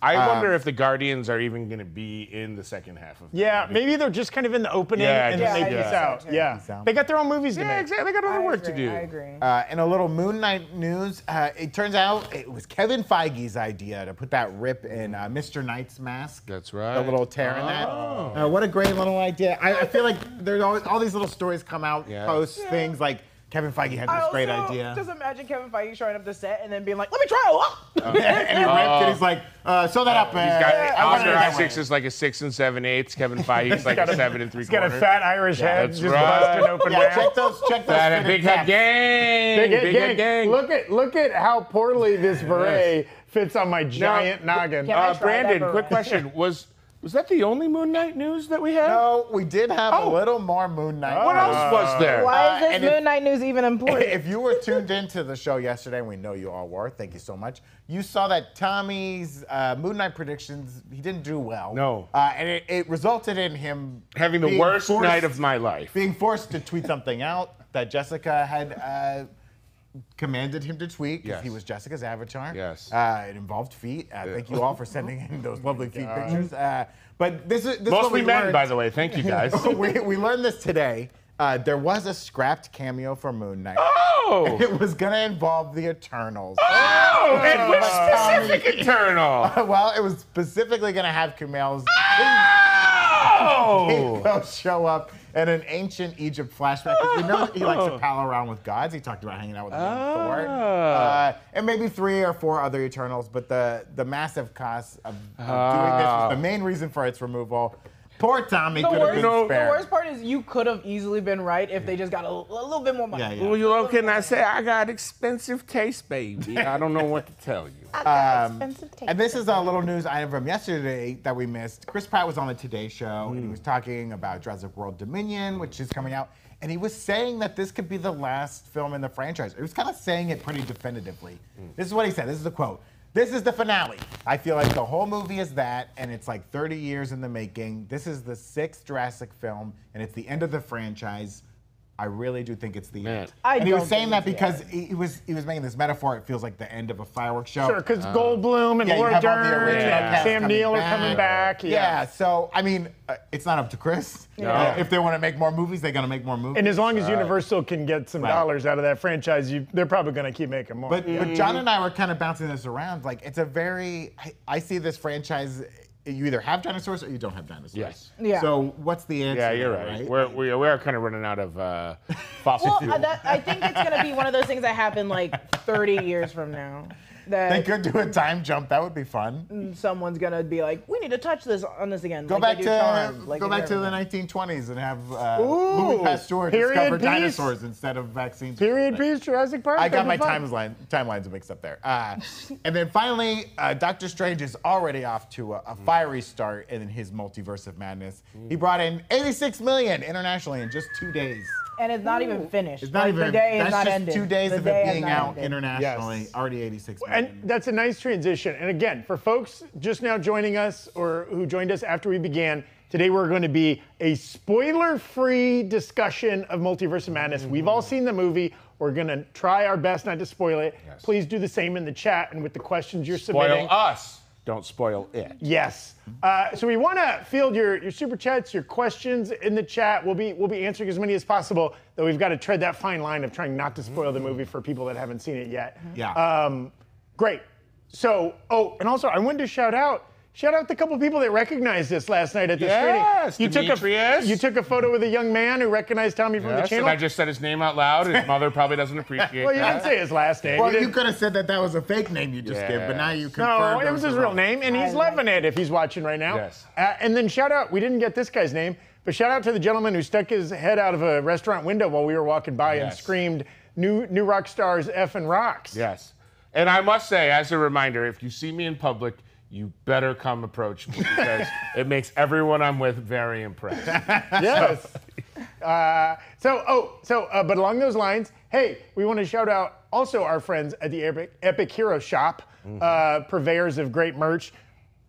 [SPEAKER 1] I wonder if the Guardians are even going to be in the second half of. the
[SPEAKER 2] Yeah,
[SPEAKER 1] movie.
[SPEAKER 2] maybe they're just kind of in the opening
[SPEAKER 1] Yeah,
[SPEAKER 2] and
[SPEAKER 1] just-
[SPEAKER 2] then they
[SPEAKER 1] Yeah, I
[SPEAKER 2] peace
[SPEAKER 1] think
[SPEAKER 2] out.
[SPEAKER 5] so, too.
[SPEAKER 2] Yeah.
[SPEAKER 4] Peace out.
[SPEAKER 2] They got their own movies to
[SPEAKER 1] Yeah,
[SPEAKER 2] make.
[SPEAKER 1] exactly. They got other
[SPEAKER 5] I
[SPEAKER 1] work
[SPEAKER 5] agree,
[SPEAKER 1] to do.
[SPEAKER 5] I agree.
[SPEAKER 4] Uh, and a little Moon Knight news. Uh, it turns out it was Kevin Feige's idea to put that rip in uh, Mr. Knight's mask.
[SPEAKER 1] That's right. Oh.
[SPEAKER 4] The little tear in that. Uh, what a great little idea. I, I feel like there's always all these little stories come out,
[SPEAKER 1] Yeah.
[SPEAKER 4] post things like Kevin Feige had this
[SPEAKER 5] I
[SPEAKER 4] great
[SPEAKER 5] also
[SPEAKER 4] idea.
[SPEAKER 5] Just imagine Kevin Feige showing up to set and then being like, "Let me try it."
[SPEAKER 4] and he ripped it. He's like, uh, sew that up.
[SPEAKER 1] He's
[SPEAKER 4] uh,
[SPEAKER 1] got
[SPEAKER 4] I want it
[SPEAKER 1] Oscar
[SPEAKER 4] that way."
[SPEAKER 1] Isaacs is like a six and seven eighths. Kevin Feige's like a seven and three
[SPEAKER 2] He's got a
[SPEAKER 1] quarters.
[SPEAKER 2] fat Irish head
[SPEAKER 1] that's
[SPEAKER 2] just
[SPEAKER 1] right.
[SPEAKER 2] busted open
[SPEAKER 4] Yeah,
[SPEAKER 2] now.
[SPEAKER 4] check those. Check those.
[SPEAKER 1] Fat
[SPEAKER 4] fitted
[SPEAKER 1] and big head
[SPEAKER 4] caps.
[SPEAKER 1] gang.
[SPEAKER 2] Big head
[SPEAKER 1] Big
[SPEAKER 2] gang.
[SPEAKER 1] head gang.
[SPEAKER 2] Look at look at how poorly this beret fits on my giant noggin.
[SPEAKER 5] Yeah,
[SPEAKER 1] Uh,
[SPEAKER 5] I tried that
[SPEAKER 1] Brandon,
[SPEAKER 5] beret.
[SPEAKER 1] quick question: Was was that the only Moon Knight news that we had?
[SPEAKER 4] No, we did have
[SPEAKER 1] Oh.
[SPEAKER 4] a little more Moon Knight.
[SPEAKER 1] What else was there?
[SPEAKER 5] Why
[SPEAKER 4] Uh,
[SPEAKER 5] is this
[SPEAKER 4] and
[SPEAKER 5] Moon
[SPEAKER 4] if-
[SPEAKER 5] Knight news even important?
[SPEAKER 4] If you were tuned into the show yesterday, and we know you all were, thank you so much. You saw that Tommy's uh, Moon Knight predictions, he didn't do well.
[SPEAKER 1] No.
[SPEAKER 4] Uh, and it, it resulted in him
[SPEAKER 1] Having the
[SPEAKER 4] being
[SPEAKER 1] worst
[SPEAKER 4] forced-
[SPEAKER 1] night of my life.
[SPEAKER 4] Being forced to tweet something out that Jessica had uh, commanded him to tweet because
[SPEAKER 1] Yes.
[SPEAKER 4] he was Jessica's avatar.
[SPEAKER 1] Yes. Oh
[SPEAKER 4] Uh, it involved feet. Uh, Thank you all for sending in those lovely feet pictures. Uh, but this is this is what
[SPEAKER 1] Mostly
[SPEAKER 4] we
[SPEAKER 1] men,
[SPEAKER 4] learned.
[SPEAKER 1] by the way. Thank you guys.
[SPEAKER 4] Oh, we, we learned this today. Uh, there was a scrapped cameo for Moon Knight.
[SPEAKER 1] oh,
[SPEAKER 4] It was gonna involve the Eternals.
[SPEAKER 1] oh, it was specific Eternal.
[SPEAKER 4] well, it was specifically gonna have Kumail's
[SPEAKER 1] Oh,
[SPEAKER 4] They'll show up in an ancient Egypt flashback because we know he likes to pal around with gods. He talked about hanging out with the man Thor, uh, and maybe three or four other Eternals. But the the massive cost of, of doing this was the main reason for its removal. Poor Tommy
[SPEAKER 5] the
[SPEAKER 4] could have
[SPEAKER 5] worst,
[SPEAKER 4] been
[SPEAKER 5] the
[SPEAKER 4] spared.
[SPEAKER 5] worst part is you could have easily been right if they just got a, l- a little bit more money.
[SPEAKER 4] Yeah, yeah.
[SPEAKER 1] well, you know, can I say I got expensive taste, baby? I don't know what to tell you.
[SPEAKER 4] And this is a little news item from yesterday that we missed. Chris Pratt was on the Today Show and he was talking about Jurassic World Dominion, which is coming out. And he was saying that this could be the last film in the franchise. He was kind of saying it pretty definitively. This is what he said. This is the quote. This is the finale. I feel like the whole movie is that, and it's like 30 years in the making. This is the sixth Jurassic film, and it's the end of the franchise. I really do think it's the end.
[SPEAKER 5] I
[SPEAKER 4] and he was
[SPEAKER 5] don't
[SPEAKER 4] saying that
[SPEAKER 5] think it's the
[SPEAKER 4] because he, he was he was making this metaphor. It feels like the end of a fireworks show.
[SPEAKER 2] Sure, because Goldblum and
[SPEAKER 4] uh, Yeah, you
[SPEAKER 2] Laura
[SPEAKER 4] have all the
[SPEAKER 2] Dern
[SPEAKER 4] original
[SPEAKER 2] and
[SPEAKER 4] cast
[SPEAKER 2] Sam
[SPEAKER 4] coming
[SPEAKER 2] Neill are coming back.
[SPEAKER 4] Yeah. so I mean, uh, it's not up to Chris. Uh, if they want to make more movies, they're gonna make more movies.
[SPEAKER 2] And as long as Universal can get some
[SPEAKER 4] Right.
[SPEAKER 2] dollars out of that franchise, you, they're probably going to keep making more.
[SPEAKER 4] but but John
[SPEAKER 2] Mm.
[SPEAKER 4] and I were kind of bouncing this around. Like it's a very I, I see this franchise. You either have dinosaurs or you don't have dinosaurs.
[SPEAKER 1] Yes.
[SPEAKER 5] Yeah.
[SPEAKER 4] So what's the answer?
[SPEAKER 1] Yeah, you're
[SPEAKER 4] there,
[SPEAKER 1] right. We're, we, we are kind of running out of uh, fossil
[SPEAKER 5] Well,
[SPEAKER 1] fuel.
[SPEAKER 5] uh, that, I think it's gonna be one of those things that happen like 30 years from now.
[SPEAKER 4] they
[SPEAKER 5] That
[SPEAKER 4] could do a time jump. That would be
[SPEAKER 2] Mm,
[SPEAKER 4] fun.
[SPEAKER 5] someone's gonna be like, we need to touch this on this again.
[SPEAKER 4] Go
[SPEAKER 5] like
[SPEAKER 4] back
[SPEAKER 5] they
[SPEAKER 4] to uh,
[SPEAKER 5] do Charmed, like
[SPEAKER 4] go
[SPEAKER 5] they do
[SPEAKER 4] back to the
[SPEAKER 5] everything.
[SPEAKER 4] 1920s and have uh,
[SPEAKER 2] Ooh,
[SPEAKER 4] Louis Pasteur
[SPEAKER 2] period
[SPEAKER 4] discover
[SPEAKER 2] piece?
[SPEAKER 4] dinosaurs instead of vaccines.
[SPEAKER 2] period piece, Jurassic Park.
[SPEAKER 4] I got my
[SPEAKER 2] that'd be fun.
[SPEAKER 4] timeline timelines mixed up there. Uh, and then finally, uh, Doctor Strange is already off to a, a fiery start in his multiverse of madness. He brought in 86 million internationally in just two days.
[SPEAKER 5] And it's not even finished.
[SPEAKER 4] It's not
[SPEAKER 5] Like,
[SPEAKER 4] even.
[SPEAKER 5] The day
[SPEAKER 4] that's
[SPEAKER 5] is not
[SPEAKER 4] just
[SPEAKER 5] ended.
[SPEAKER 4] two days
[SPEAKER 5] The
[SPEAKER 4] of
[SPEAKER 5] day
[SPEAKER 4] it
[SPEAKER 5] has
[SPEAKER 4] being
[SPEAKER 5] not
[SPEAKER 4] out
[SPEAKER 5] ended.
[SPEAKER 4] internationally.
[SPEAKER 2] Yes.
[SPEAKER 4] Already 86 million.
[SPEAKER 2] And that's a nice transition. And again, for folks just now joining us or who joined us after we began, today we're going to be a spoiler free discussion of Multiverse of Madness.
[SPEAKER 4] Mm-hmm.
[SPEAKER 2] We've all seen the movie. We're going to try our best not to spoil it. Please do the same in the chat and with the questions you're
[SPEAKER 1] Spoil
[SPEAKER 2] submitting.
[SPEAKER 1] us. Don't spoil it.
[SPEAKER 2] Yes. Uh, so we want to field your, your super chats, your questions in the chat. We'll be we'll be answering as many as possible. Though we've got to tread that fine line of trying not to spoil the movie for people that haven't seen it yet.
[SPEAKER 1] Mm-hmm.
[SPEAKER 4] Yeah.
[SPEAKER 2] Um, great. So oh, and also I wanted to shout out. Shout out the couple people that recognized us last night at the
[SPEAKER 1] Yes,
[SPEAKER 2] screening. You took
[SPEAKER 1] Demetrius.
[SPEAKER 2] a you took a photo with a young man who recognized Tommy from the
[SPEAKER 1] Yes, and
[SPEAKER 2] channel.
[SPEAKER 1] I just said his name out loud. His mother probably doesn't appreciate
[SPEAKER 2] well, you
[SPEAKER 1] that.
[SPEAKER 2] didn't say his last name.
[SPEAKER 4] well,
[SPEAKER 2] You
[SPEAKER 4] you
[SPEAKER 2] didn't-
[SPEAKER 4] could have said that that was a fake name you just gave, but now you confirmed.
[SPEAKER 2] No, it was his
[SPEAKER 4] a
[SPEAKER 2] real name, and he's loving it if he's watching right now.
[SPEAKER 1] Yes.
[SPEAKER 2] Uh, and then shout out, we didn't get this guy's name, but shout out to the gentleman who stuck his head out of a restaurant window while we were walking by and
[SPEAKER 1] Yes.
[SPEAKER 2] screamed, "New new rock stars, effing rocks!"
[SPEAKER 1] Yes. And I must say, as a reminder, if you see me in public, you better come approach me because it makes everyone I'm with very impressed.
[SPEAKER 2] Yes. uh, so, oh, so, uh, but along those lines, hey, we want to shout out also our friends at the Epic, Epic Hero Shop,
[SPEAKER 4] Mm-hmm.
[SPEAKER 2] uh, purveyors of great merch.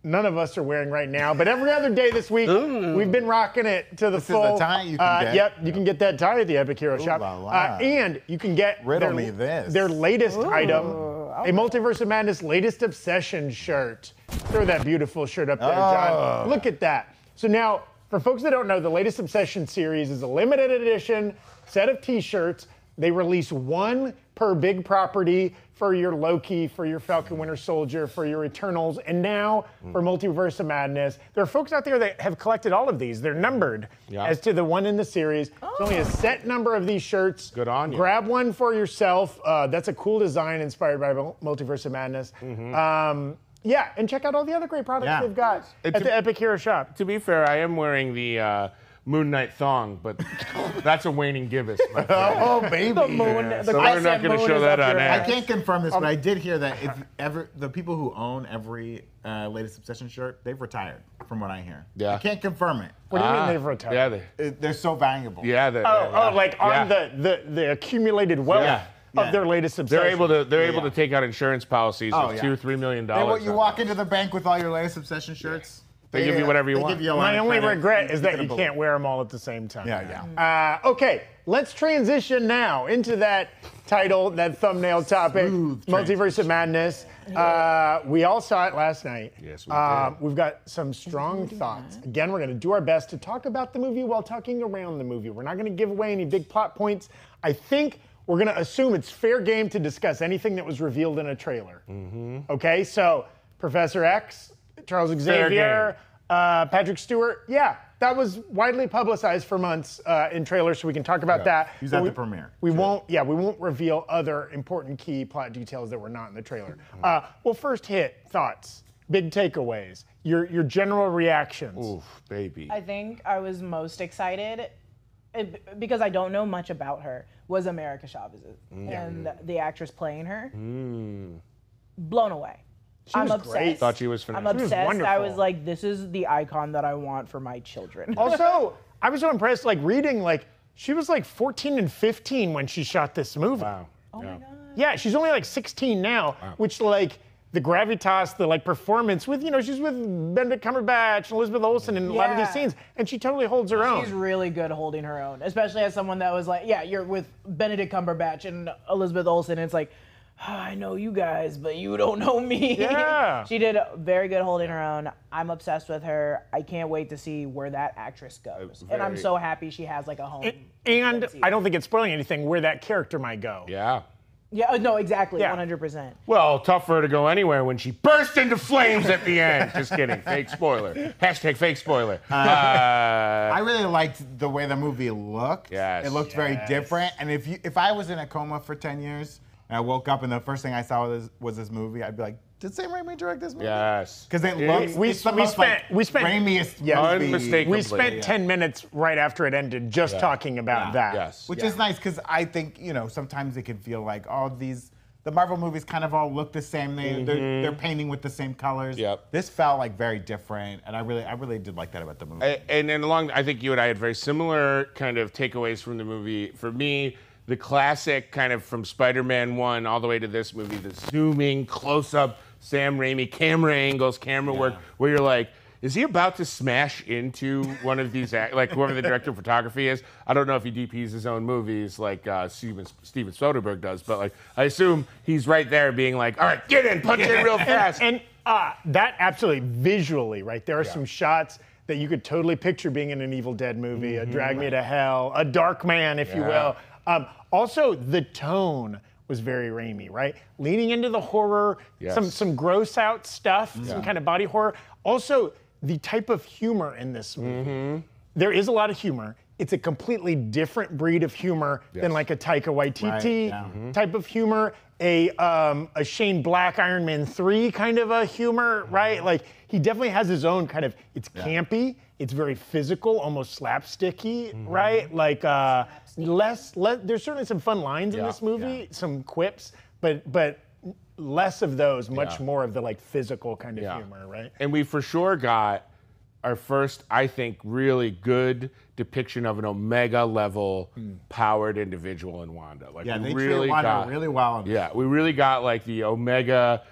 [SPEAKER 2] None of us are wearing right now, but every other day this week, we've been rocking it to the
[SPEAKER 4] This is
[SPEAKER 2] full.
[SPEAKER 4] a tie you can
[SPEAKER 2] uh,
[SPEAKER 4] get.
[SPEAKER 2] Yep, you can get that tie at the Epic Hero Shop,
[SPEAKER 4] la la.
[SPEAKER 2] Uh, and you can get
[SPEAKER 4] Riddle
[SPEAKER 2] their,
[SPEAKER 4] me this.
[SPEAKER 2] their latest item, a Multiverse of Madness latest obsession shirt. Throw that beautiful shirt up there,
[SPEAKER 4] Oh.
[SPEAKER 2] John. Look at that. So now, for folks that don't know, the latest obsession series is a limited edition set of T-shirts They release one per big property for your Loki, for your Falcon Winter Soldier, for your Eternals, and now
[SPEAKER 1] Hmm.
[SPEAKER 2] for Multiverse of Madness. There are folks out there that have collected all of these. They're numbered
[SPEAKER 1] Yeah.
[SPEAKER 2] as to the one in the series. There's only a set number of these shirts.
[SPEAKER 1] Good on you.
[SPEAKER 2] Grab one for yourself. Uh, that's a cool design inspired by Mul- Multiverse of Madness.
[SPEAKER 1] Mm-hmm.
[SPEAKER 2] Um, yeah, and check out all the other great products
[SPEAKER 4] Yeah.
[SPEAKER 2] they've got
[SPEAKER 1] It's
[SPEAKER 2] at
[SPEAKER 1] a-
[SPEAKER 2] the Epic Hero Shop.
[SPEAKER 1] To be fair, I am wearing the uh, Moon Knight thong, but that's a waning gibbous. my friend.
[SPEAKER 4] Oh, baby.
[SPEAKER 2] The moon,
[SPEAKER 1] Yeah,
[SPEAKER 2] the
[SPEAKER 1] so
[SPEAKER 2] crescent
[SPEAKER 1] we're not gonna
[SPEAKER 2] moon
[SPEAKER 1] show
[SPEAKER 2] is
[SPEAKER 1] that
[SPEAKER 2] up
[SPEAKER 1] on
[SPEAKER 2] your
[SPEAKER 1] air.
[SPEAKER 4] I
[SPEAKER 2] ass.
[SPEAKER 4] can't confirm this, but I did hear that if ever the people who own every uh, latest Obsession shirt, they've retired, from what I hear.
[SPEAKER 1] Yeah.
[SPEAKER 4] I can't confirm it.
[SPEAKER 2] What do you mean
[SPEAKER 1] Ah,
[SPEAKER 2] they've retired?
[SPEAKER 1] Yeah, they,
[SPEAKER 4] It- They're so valuable.
[SPEAKER 1] yeah, they,
[SPEAKER 2] Oh,
[SPEAKER 1] yeah,
[SPEAKER 2] oh, like on
[SPEAKER 1] yeah.
[SPEAKER 2] the, the the accumulated wealth
[SPEAKER 4] Yeah.
[SPEAKER 2] of
[SPEAKER 4] Yeah.
[SPEAKER 2] their latest obsession.
[SPEAKER 1] They're able to they're able to
[SPEAKER 4] yeah.
[SPEAKER 1] take out insurance policies
[SPEAKER 4] Oh,
[SPEAKER 1] of
[SPEAKER 4] yeah.
[SPEAKER 1] two three million
[SPEAKER 4] They,
[SPEAKER 1] dollars.
[SPEAKER 4] what, you
[SPEAKER 1] on
[SPEAKER 4] walk
[SPEAKER 1] that.
[SPEAKER 4] into the bank with all your latest Obsession shirts.
[SPEAKER 1] They give you whatever you
[SPEAKER 4] they
[SPEAKER 1] want.
[SPEAKER 4] give you a
[SPEAKER 2] My
[SPEAKER 4] line of
[SPEAKER 2] only
[SPEAKER 4] credit.
[SPEAKER 2] regret is
[SPEAKER 4] You
[SPEAKER 2] that
[SPEAKER 4] could've
[SPEAKER 2] you
[SPEAKER 4] believed
[SPEAKER 2] can't wear them all at the same time.
[SPEAKER 4] it. Yeah, yeah.
[SPEAKER 2] Uh, okay, let's transition now into that title, that thumbnail topic,
[SPEAKER 4] Smooth
[SPEAKER 2] Multiverse of Madness. Uh, we all saw it last night.
[SPEAKER 1] Yes, we
[SPEAKER 2] Uh,
[SPEAKER 1] did.
[SPEAKER 2] We've got some strong thoughts. Again, we're going to do our best to talk about the movie while talking around the movie. We're not going to give away any big plot points. I think we're going to assume it's fair game to discuss anything that was revealed in a trailer. Okay, so Professor X, Charles Xavier, uh, Patrick Stewart, yeah. That was widely publicized for months uh, in trailers, so we can talk about that.
[SPEAKER 4] He's
[SPEAKER 2] But
[SPEAKER 4] at
[SPEAKER 2] we-
[SPEAKER 4] the premiere.
[SPEAKER 2] We won't, yeah, we won't reveal other important key plot details that were not in the trailer.
[SPEAKER 4] Mm-hmm.
[SPEAKER 2] Uh, well, first hit thoughts, big takeaways, your your general reactions.
[SPEAKER 1] Oof, baby.
[SPEAKER 5] I think I was most excited it- because I don't know much about her. Was America Chavez
[SPEAKER 4] Mm.
[SPEAKER 5] and the actress playing her? Blown away. I'm
[SPEAKER 2] was
[SPEAKER 5] obsessed.
[SPEAKER 2] great.
[SPEAKER 1] Thought she was
[SPEAKER 5] I'm
[SPEAKER 1] phenomenal. She was
[SPEAKER 5] obsessed. I was
[SPEAKER 2] wonderful.
[SPEAKER 5] like, this is the icon that I want for my children.
[SPEAKER 2] Also, I was so impressed, like reading, like she was like 14 and 15 when she shot this movie.
[SPEAKER 1] wow.
[SPEAKER 5] Oh
[SPEAKER 1] Yeah.
[SPEAKER 5] my god.
[SPEAKER 2] Yeah, she's only like 16 now, which like the gravitas, the like performance with you know she's with Benedict Cumberbatch and Elizabeth Olsen in a lot of these
[SPEAKER 5] Yeah.
[SPEAKER 2] scenes, and she totally holds her
[SPEAKER 5] She's
[SPEAKER 2] own.
[SPEAKER 5] really good holding her own, especially as someone that was like, yeah, you're with Benedict Cumberbatch and Elizabeth Olsen. And it's like, "Ah, I know you guys, but you don't know me.
[SPEAKER 2] Yeah.
[SPEAKER 5] she did very good holding her own. I'm obsessed with her. I can't wait to see where that actress goes. and I'm
[SPEAKER 1] very-
[SPEAKER 5] so happy she has like a home.
[SPEAKER 2] and
[SPEAKER 5] Let's see.
[SPEAKER 2] I don't think it's spoiling anything where that character might go.
[SPEAKER 1] Yeah.
[SPEAKER 5] yeah, uh, no, exactly,
[SPEAKER 2] Yeah.
[SPEAKER 5] 100%.
[SPEAKER 1] Well, tough for her to go anywhere when she burst into flames at the end. Just kidding. Fake spoiler. Hashtag fake spoiler. Uh,
[SPEAKER 4] I really liked the way the movie looked.
[SPEAKER 1] Yes.
[SPEAKER 4] It looked very different. And if you if I was in a coma for 10 years and I woke up and the first thing I saw was, was this movie, I'd be like, did Sam Raimi direct this movie?
[SPEAKER 1] yes.
[SPEAKER 4] Because it
[SPEAKER 1] It-
[SPEAKER 4] looks
[SPEAKER 2] we-
[SPEAKER 4] it's the
[SPEAKER 2] we
[SPEAKER 4] most, like,
[SPEAKER 2] spent- we spent-
[SPEAKER 4] Raimiest
[SPEAKER 2] Yeah.
[SPEAKER 4] movie.
[SPEAKER 1] Unmistakable.
[SPEAKER 2] We spent
[SPEAKER 1] Yeah.
[SPEAKER 2] 10 minutes right after it ended just talking about
[SPEAKER 4] Yeah.
[SPEAKER 2] that.
[SPEAKER 1] Yes.
[SPEAKER 4] Which
[SPEAKER 1] Yeah.
[SPEAKER 4] is nice because I think you know sometimes it can feel like all these the Marvel movies kind of all look the same. They they're, they're painting with the same colors.
[SPEAKER 1] Mm-hmm. Yep.
[SPEAKER 4] This felt like very different, and I really I really did like that about the movie.
[SPEAKER 1] A- and then along, I think you and I had very similar kind of takeaways from the movie. For me, the classic kind of from Spider-Man One all the way to this movie, the zooming close-up, Sam Raimi camera angles, camera work, where you're like. Is he about to smash into one of these, act- like whoever the director of photography is? I don't know if he DPs his own movies like uh, Steven, Steven Soderbergh does, but like I assume he's right there being like, all right, get in, punch in real fast.
[SPEAKER 2] And uh, that absolutely visually, right? There are some shots that you could totally picture being in an Evil Dead movie, a Drag Me to Hell, a Dark Man, if you
[SPEAKER 1] Mm-hmm. Yeah.
[SPEAKER 2] will. Um, also, the tone was very Raimi, right? Leaning into the horror,
[SPEAKER 1] Yes. Mm-hmm.
[SPEAKER 2] some some gross out stuff, some kind of body horror. Also, the type of humor in this movie.
[SPEAKER 1] Mm-hmm.
[SPEAKER 2] There is a lot of humor. It's a completely different breed of humor than
[SPEAKER 1] Yes.
[SPEAKER 2] like a Taika Waititi
[SPEAKER 4] Right, yeah.
[SPEAKER 2] Mm-hmm. type of humor, a um, a Shane Black Iron Man three kind of a humor,
[SPEAKER 1] Mm-hmm.
[SPEAKER 2] right? Like he definitely has his own kind of. It's campy. It's very physical, almost slapsticky,
[SPEAKER 1] Mm-hmm.
[SPEAKER 2] right? Like uh, less, le- There's certainly some fun lines in
[SPEAKER 1] Yeah,
[SPEAKER 2] this movie, some quips, but but less of those, much
[SPEAKER 1] Yeah.
[SPEAKER 2] more of the like physical kind of
[SPEAKER 1] Yeah.
[SPEAKER 2] humor, right?
[SPEAKER 1] And we for sure got our first, I think, really good depiction of an Omega level powered individual in Wanda. Like
[SPEAKER 4] Hmm. Yeah,
[SPEAKER 1] we
[SPEAKER 4] they treat
[SPEAKER 1] really
[SPEAKER 4] Wanda
[SPEAKER 1] got,
[SPEAKER 4] really well in this.
[SPEAKER 1] Yeah, we really got like the Omega.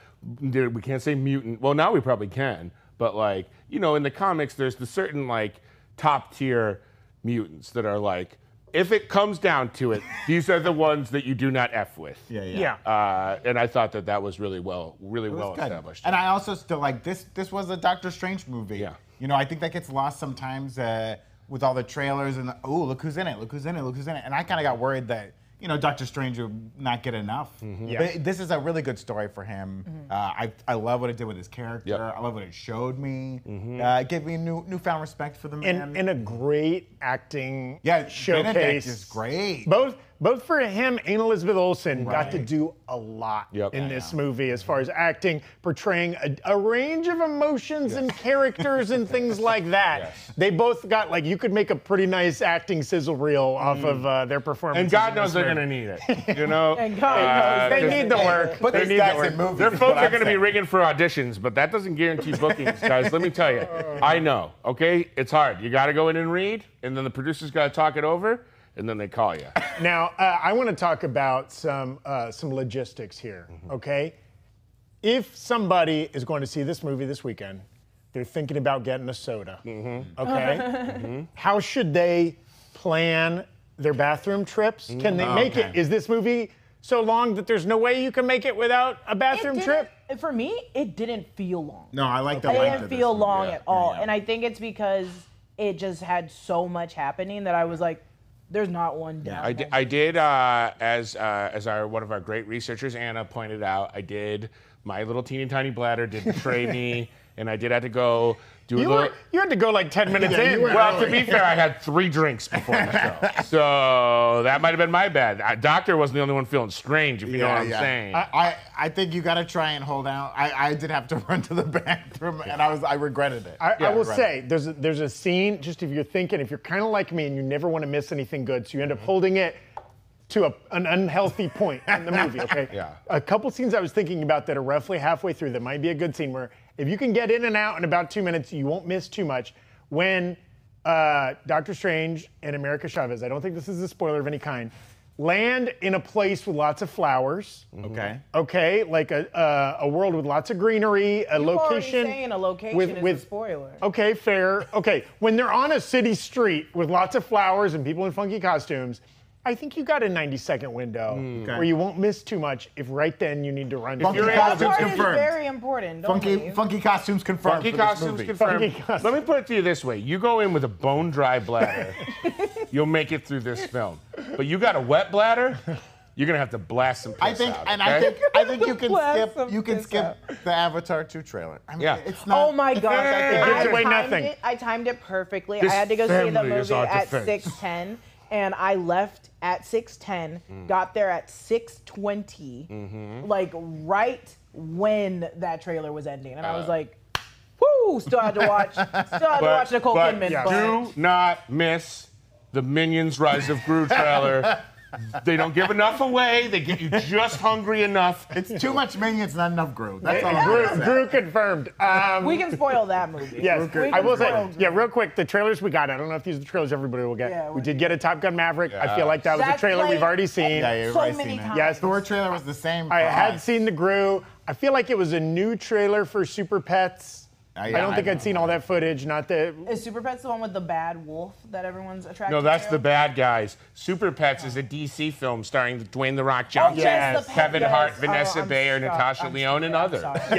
[SPEAKER 1] dude, We can't say mutant. Well, now we probably can, but like you know, in the comics, there's the certain like top tier mutants that are like. If it comes down to it, these are the ones that you do not f with.
[SPEAKER 4] yeah, yeah.
[SPEAKER 2] Yeah.
[SPEAKER 1] Uh, and I thought that that was really well, really
[SPEAKER 4] It was
[SPEAKER 1] well
[SPEAKER 4] good.
[SPEAKER 1] established.
[SPEAKER 4] And I also still like this. This was a Doctor Strange movie.
[SPEAKER 1] Yeah.
[SPEAKER 4] You know, I think that gets lost sometimes uh, with all the trailers and oh, look who's in it, look who's in it, look who's in it. And I kind of got worried that you know, Doctor Strange would not get enough.
[SPEAKER 1] Mm-hmm.
[SPEAKER 4] But this is a really good story for him. Uh, I, I love what it did with his character.
[SPEAKER 1] Yep. Mm-hmm.
[SPEAKER 4] I love what it showed me. Uh, it gave me new newfound respect for the man.
[SPEAKER 2] and, and a great acting
[SPEAKER 4] Yeah,
[SPEAKER 2] showcase.
[SPEAKER 4] Benedict is great.
[SPEAKER 2] Both both for him and Elizabeth Olsen got to do a lot
[SPEAKER 1] Yep.
[SPEAKER 2] in
[SPEAKER 1] Yeah,
[SPEAKER 2] this movie as far as acting, portraying a, a range of emotions and characters and things like that.
[SPEAKER 1] Yes.
[SPEAKER 2] They both got like you could make a pretty nice acting sizzle reel off of uh, their performance.
[SPEAKER 1] Mm. And God knows they're going to need it. You know? Uh,
[SPEAKER 5] And God knows
[SPEAKER 2] they
[SPEAKER 5] they're
[SPEAKER 2] need the
[SPEAKER 5] gonna
[SPEAKER 2] work.
[SPEAKER 4] Put
[SPEAKER 2] they
[SPEAKER 4] these
[SPEAKER 2] need
[SPEAKER 4] guys
[SPEAKER 2] the work.
[SPEAKER 4] in movies.
[SPEAKER 1] Their
[SPEAKER 4] is
[SPEAKER 1] folks
[SPEAKER 4] what
[SPEAKER 1] are
[SPEAKER 4] I'm
[SPEAKER 1] going to be
[SPEAKER 4] saying.
[SPEAKER 1] rigging for auditions, but that doesn't guarantee bookings, guys. Let me tell you. I know, okay? It's hard. You got to go in and read, and then the producer's got to talk it over, and then they call you.
[SPEAKER 2] Now, uh, I want to talk about some uh, some logistics here. Okay, if somebody is going to see this movie this weekend, they're thinking about getting a soda. Okay, how should they plan their bathroom trips? Can they make it? Is this movie so long that there's no way you can make it without a
[SPEAKER 5] It
[SPEAKER 2] bathroom
[SPEAKER 5] didn't-
[SPEAKER 2] trip?
[SPEAKER 5] For me, it didn't feel long.
[SPEAKER 4] No, I like the
[SPEAKER 5] It
[SPEAKER 4] length
[SPEAKER 5] didn't
[SPEAKER 4] of this
[SPEAKER 5] feel
[SPEAKER 4] movie.
[SPEAKER 5] long
[SPEAKER 4] Yeah,
[SPEAKER 5] at all.
[SPEAKER 4] yeah, yeah.
[SPEAKER 5] And I think it's because it just had so much happening that I was like, there's not one down.
[SPEAKER 1] I, di- I did, uh, as uh, as our one of our great researchers Anna pointed out, I did. My little teeny tiny bladder did betray me, and I did have to go do a
[SPEAKER 2] You
[SPEAKER 1] little.
[SPEAKER 2] were you had to go like ten minutes in.
[SPEAKER 1] well, to be fair, I had three drinks before the show, so that might have been my bad. Uh, doctor wasn't the only one feeling strange, if you know what I'm saying.
[SPEAKER 4] I, I, I think you gotta try and hold out. I, I did have to run to the bathroom and I was I regretted it.
[SPEAKER 2] I, I will
[SPEAKER 4] regretted it.
[SPEAKER 2] say there's a, there's a scene just if you're thinking if you're kind of like me and you never want to miss anything good, so you end up holding it to a, an unhealthy point in the movie. Okay.
[SPEAKER 1] Yeah.
[SPEAKER 2] A couple scenes I was thinking about that are roughly halfway through that might be a good scene where if you can get in and out in about two minutes, you won't miss too much. When uh, Doctor Strange and America Chavez, I don't think this is a spoiler of any kind, land in a place with lots of flowers.
[SPEAKER 4] Okay.
[SPEAKER 2] Okay, like a uh, a world with lots of greenery, a
[SPEAKER 5] You're already
[SPEAKER 2] location.
[SPEAKER 5] saying a location is a spoiler.
[SPEAKER 2] Okay, fair. Okay, when they're on a city street with lots of flowers and people in funky costumes, I think you got a 90 second window where you won't miss too much if right then you need to run.
[SPEAKER 4] Funky
[SPEAKER 2] to
[SPEAKER 1] Hmm, you're
[SPEAKER 2] the
[SPEAKER 1] able
[SPEAKER 5] That
[SPEAKER 1] to-
[SPEAKER 4] costumes
[SPEAKER 5] part is
[SPEAKER 4] confirmed.
[SPEAKER 5] very important. Don't
[SPEAKER 4] Funky,
[SPEAKER 5] leave.
[SPEAKER 4] funky costumes confirmed.
[SPEAKER 1] Funky
[SPEAKER 4] for this
[SPEAKER 1] costumes
[SPEAKER 4] movie.
[SPEAKER 1] confirmed.
[SPEAKER 2] Funky costumes.
[SPEAKER 1] Let me put it to you this way: you go in with a bone dry bladder, you'll make it through this film. But you got a wet bladder, you're gonna have to blast some. Piss
[SPEAKER 4] I think,
[SPEAKER 1] out,
[SPEAKER 4] and I
[SPEAKER 1] okay?
[SPEAKER 4] think, I think you can
[SPEAKER 5] Blast
[SPEAKER 4] skip,
[SPEAKER 5] some
[SPEAKER 4] you can
[SPEAKER 5] piss
[SPEAKER 4] skip
[SPEAKER 5] out.
[SPEAKER 4] the Avatar 2 trailer. I mean,
[SPEAKER 1] Yeah.
[SPEAKER 4] it's not.
[SPEAKER 5] Oh my gosh! I,
[SPEAKER 1] It
[SPEAKER 2] gives
[SPEAKER 5] I
[SPEAKER 2] away
[SPEAKER 5] timed
[SPEAKER 2] nothing.
[SPEAKER 5] It, I timed it perfectly.
[SPEAKER 1] This
[SPEAKER 5] I had to go see the
[SPEAKER 1] family is
[SPEAKER 5] movie
[SPEAKER 1] our
[SPEAKER 5] at
[SPEAKER 1] defense.
[SPEAKER 5] six ten, and I left at six ten. Got there at six like right when that trailer was ending, and I was like, "Woo!" Still had to watch. Still had to watch Nicole
[SPEAKER 1] but
[SPEAKER 5] Kidman.
[SPEAKER 2] yeah.
[SPEAKER 5] but-
[SPEAKER 1] Do not miss the Minions Rise of Gru trailer. they don't give enough away. They get you just hungry enough.
[SPEAKER 4] It's too much minions, not enough Groot. That's all. I'm
[SPEAKER 2] Drew,
[SPEAKER 4] gonna say.
[SPEAKER 2] Drew confirmed. Um,
[SPEAKER 5] we can spoil that movie.
[SPEAKER 2] Yes,
[SPEAKER 5] We
[SPEAKER 2] I
[SPEAKER 5] can
[SPEAKER 2] will say,
[SPEAKER 5] spoil
[SPEAKER 2] yeah, real quick, the trailers we got. I don't know if these are the trailers everybody will get.
[SPEAKER 5] Yeah,
[SPEAKER 2] we
[SPEAKER 5] we-
[SPEAKER 2] did get a Top Gun Maverick. I feel like that was a
[SPEAKER 5] That's
[SPEAKER 2] trailer we've
[SPEAKER 5] like-
[SPEAKER 2] already seen.
[SPEAKER 4] Yeah, you've
[SPEAKER 5] So
[SPEAKER 4] already
[SPEAKER 5] many
[SPEAKER 4] seen it.
[SPEAKER 5] times.
[SPEAKER 2] Yes.
[SPEAKER 4] Thor trailer was the same.
[SPEAKER 2] I
[SPEAKER 4] for
[SPEAKER 2] had
[SPEAKER 4] us.
[SPEAKER 2] seen the Gru. I feel like it was a new trailer for Super Pets.
[SPEAKER 4] Uh,
[SPEAKER 2] I
[SPEAKER 4] yeah,
[SPEAKER 2] don't
[SPEAKER 4] I
[SPEAKER 2] think I
[SPEAKER 4] know.
[SPEAKER 2] would seen all that footage. Not that
[SPEAKER 5] Is Super Pets the one with the bad wolf that everyone's attracted?
[SPEAKER 1] No, that's
[SPEAKER 5] to?
[SPEAKER 1] the bad guys. Super Pets is a DC film starring Dwayne the Rock
[SPEAKER 5] Oh,
[SPEAKER 1] Johnson,
[SPEAKER 5] yes, the pet-
[SPEAKER 1] Kevin
[SPEAKER 5] yes.
[SPEAKER 1] Hart,
[SPEAKER 5] Oh,
[SPEAKER 1] Vanessa
[SPEAKER 5] I'm
[SPEAKER 1] Bayer,
[SPEAKER 5] sorry.
[SPEAKER 1] Natasha
[SPEAKER 5] I'm
[SPEAKER 1] Leone, and
[SPEAKER 5] sorry. I'm
[SPEAKER 1] others.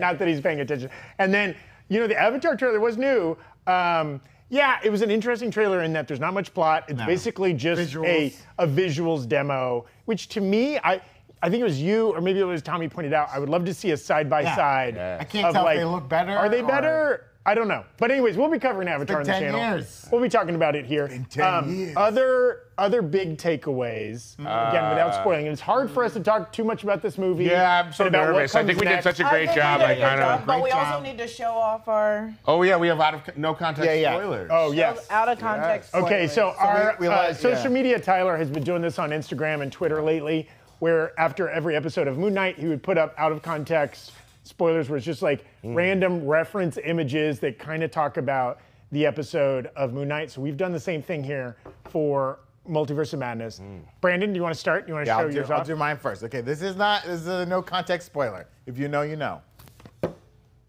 [SPEAKER 2] not that he's paying attention. And then, you know, the Avatar trailer was new. Um, yeah, it was an interesting trailer in that there's not much plot. It's
[SPEAKER 4] No.
[SPEAKER 2] basically just a,
[SPEAKER 4] Visuals.
[SPEAKER 2] a visuals demo, which to me, I I think it was you or maybe it was Tommy pointed out. I would love to see a side by side.
[SPEAKER 1] Yeah.
[SPEAKER 4] I can't
[SPEAKER 2] of
[SPEAKER 4] tell if
[SPEAKER 2] like,
[SPEAKER 4] they look better
[SPEAKER 2] Are they
[SPEAKER 4] or-
[SPEAKER 2] better? I don't know. But anyways, we'll be covering Avatar
[SPEAKER 4] been
[SPEAKER 2] on the
[SPEAKER 4] 10
[SPEAKER 2] channel.
[SPEAKER 4] years.
[SPEAKER 2] We'll be talking about it here. Um,
[SPEAKER 4] been 10 years.
[SPEAKER 2] Other other big takeaways.
[SPEAKER 1] Mm-hmm.
[SPEAKER 2] Again, without spoiling, it's hard for us to talk too much about this movie.
[SPEAKER 1] Uh, Yeah, I'm so
[SPEAKER 2] and about what
[SPEAKER 1] nervous. I
[SPEAKER 2] comes
[SPEAKER 1] think we
[SPEAKER 2] next.
[SPEAKER 1] did such a great
[SPEAKER 5] I think we
[SPEAKER 1] job.
[SPEAKER 5] did
[SPEAKER 1] I
[SPEAKER 5] a good
[SPEAKER 1] kind
[SPEAKER 5] job,
[SPEAKER 1] of.
[SPEAKER 5] But
[SPEAKER 4] Great
[SPEAKER 5] we also
[SPEAKER 4] job.
[SPEAKER 5] need to show off our
[SPEAKER 1] Oh yeah, we have out of no context
[SPEAKER 4] Yeah, yeah.
[SPEAKER 1] spoilers.
[SPEAKER 2] Oh yes.
[SPEAKER 5] out of context.
[SPEAKER 2] Okay,
[SPEAKER 5] spoilers.
[SPEAKER 2] so, our
[SPEAKER 4] we
[SPEAKER 2] uh,
[SPEAKER 4] let-
[SPEAKER 2] social
[SPEAKER 4] yeah.
[SPEAKER 2] media Tyler has been doing this on Instagram and Twitter lately, where after every episode of Moon Knight, he would put up out of context spoilers, where it's just like
[SPEAKER 4] Hmm.
[SPEAKER 2] random reference images that kind of talk about the episode of Moon Knight. So we've done the same thing here for Multiverse of Madness. Brandon, do you want to start? You want to
[SPEAKER 4] Hmm. Yeah,
[SPEAKER 2] show
[SPEAKER 4] I'll do,
[SPEAKER 2] yours
[SPEAKER 4] I'll
[SPEAKER 2] off?
[SPEAKER 4] do mine first. Okay, this is not. This is a no context spoiler. If you know, you know.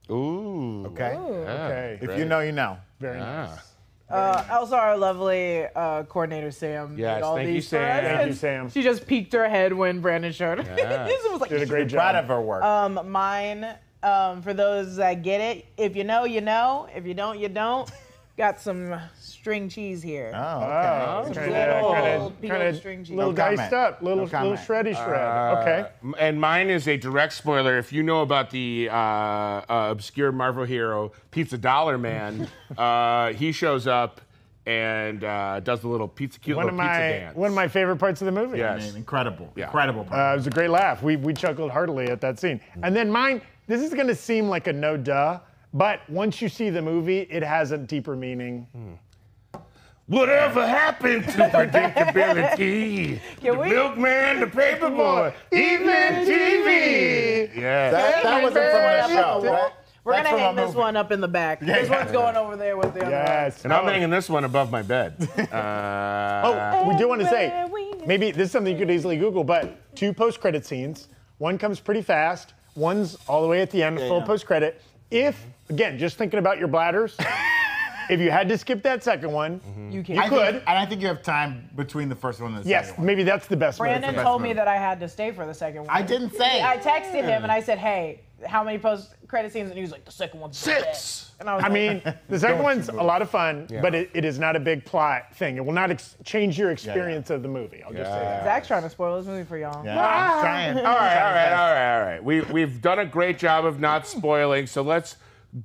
[SPEAKER 1] Ooh.
[SPEAKER 4] Okay.
[SPEAKER 2] okay.
[SPEAKER 4] If you know, you know.
[SPEAKER 2] Very nice.
[SPEAKER 5] Uh, also, our lovely uh, coordinator Sam
[SPEAKER 1] Yes,
[SPEAKER 5] did all
[SPEAKER 1] thank you,
[SPEAKER 5] these for
[SPEAKER 1] Sam.
[SPEAKER 5] us,
[SPEAKER 1] Thank
[SPEAKER 5] and
[SPEAKER 2] you, Sam.
[SPEAKER 5] She just peeked her head when Brandon showed her.
[SPEAKER 1] Yeah.
[SPEAKER 5] This was like,
[SPEAKER 2] Did a great
[SPEAKER 4] Proud
[SPEAKER 2] job.
[SPEAKER 4] of her work.
[SPEAKER 5] um, mine. Um, for those that get it, if you know, you know. If you don't, you don't. Got some string cheese here.
[SPEAKER 4] Oh, okay.
[SPEAKER 5] Good old, big old string cheese.
[SPEAKER 2] little
[SPEAKER 4] No
[SPEAKER 2] diced
[SPEAKER 4] comment.
[SPEAKER 2] up, little
[SPEAKER 4] No
[SPEAKER 2] little
[SPEAKER 4] comment.
[SPEAKER 2] shreddy shred. okay.
[SPEAKER 1] M- And mine is a direct spoiler. If you know about the uh, uh, obscure Marvel hero Pizza Dollar Man, uh, he shows up and uh, does the little pizza cute
[SPEAKER 2] One of
[SPEAKER 1] little
[SPEAKER 2] my
[SPEAKER 1] pizza dance.
[SPEAKER 2] one of my favorite parts of the movie.
[SPEAKER 1] Yes.
[SPEAKER 4] I mean, incredible.
[SPEAKER 1] Yeah.
[SPEAKER 4] Incredible.
[SPEAKER 2] Uh, it was a great laugh. We, we chuckled heartily at that scene. And then mine, this is going to seem like a no duh, but once you see the movie, it has a deeper meaning.
[SPEAKER 4] Hmm.
[SPEAKER 1] Whatever happened to predictability? the
[SPEAKER 5] Can we-
[SPEAKER 1] milkman, the paperboy, evening TV. Yes.
[SPEAKER 4] that, that wasn't from our show. That,
[SPEAKER 5] We're gonna
[SPEAKER 4] that's from our
[SPEAKER 5] hang this
[SPEAKER 4] movie.
[SPEAKER 5] one up in the back. this
[SPEAKER 4] yeah.
[SPEAKER 5] one's going over there with the other one.
[SPEAKER 2] Yes.
[SPEAKER 1] and I'm hanging this one above my bed. Uh,
[SPEAKER 2] Oh, we do want to say,
[SPEAKER 5] Everywhere we go.
[SPEAKER 2] maybe this is something you could easily Google, but two post credit scenes. One comes pretty fast, one's all the way at the end, full
[SPEAKER 4] yeah.
[SPEAKER 2] post credit. If, again, just thinking about your bladders, if you had to skip that second one,
[SPEAKER 5] You
[SPEAKER 2] you
[SPEAKER 5] can't.
[SPEAKER 4] I think-
[SPEAKER 2] could.
[SPEAKER 4] and I think you have time between the first one and the
[SPEAKER 2] yes,
[SPEAKER 4] second one.
[SPEAKER 2] maybe that's the best
[SPEAKER 5] Brandon
[SPEAKER 2] way.
[SPEAKER 4] best
[SPEAKER 5] told me
[SPEAKER 4] movie.
[SPEAKER 5] that I had to stay for the second one.
[SPEAKER 4] I didn't say.
[SPEAKER 5] I texted him and I said, "Hey, how many post credit scenes?" And he was like, "The second one's the
[SPEAKER 1] Six.
[SPEAKER 5] best." And I was
[SPEAKER 2] I
[SPEAKER 5] like,
[SPEAKER 2] mean, the second one's a lot of fun, but it, it is not a big plot thing. It will not ex- change your experience of the movie. I'll just say that.
[SPEAKER 5] Zach's trying to spoil this movie for y'all.
[SPEAKER 4] Uh, Yeah, I'm trying.
[SPEAKER 1] All right, all right, all right, all right. We, we've done a great job of not spoiling, so let's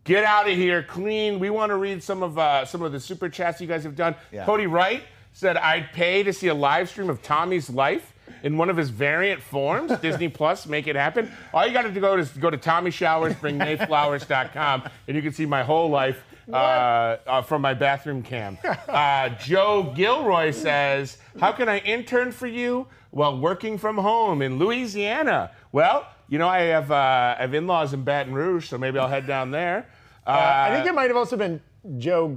[SPEAKER 1] get out of here clean. We want to read some of uh, some of the super chats you guys have done.
[SPEAKER 4] Yeah.
[SPEAKER 1] Cody Wright said, "I'd pay to see a live stream of Tommy's life." In one of his variant forms, Disney Plus, make it happen. All you got to do is go to Tommy Showers, bring Mayflowers.com, and you can see my whole life uh, uh, from my bathroom cam. Uh, Joe Gilroy says, How can I intern for you while working from home in Louisiana? Well, you know, I have, uh, I have in laws in Baton Rouge, so maybe I'll head down there. Uh,
[SPEAKER 2] I think it might have also been Joe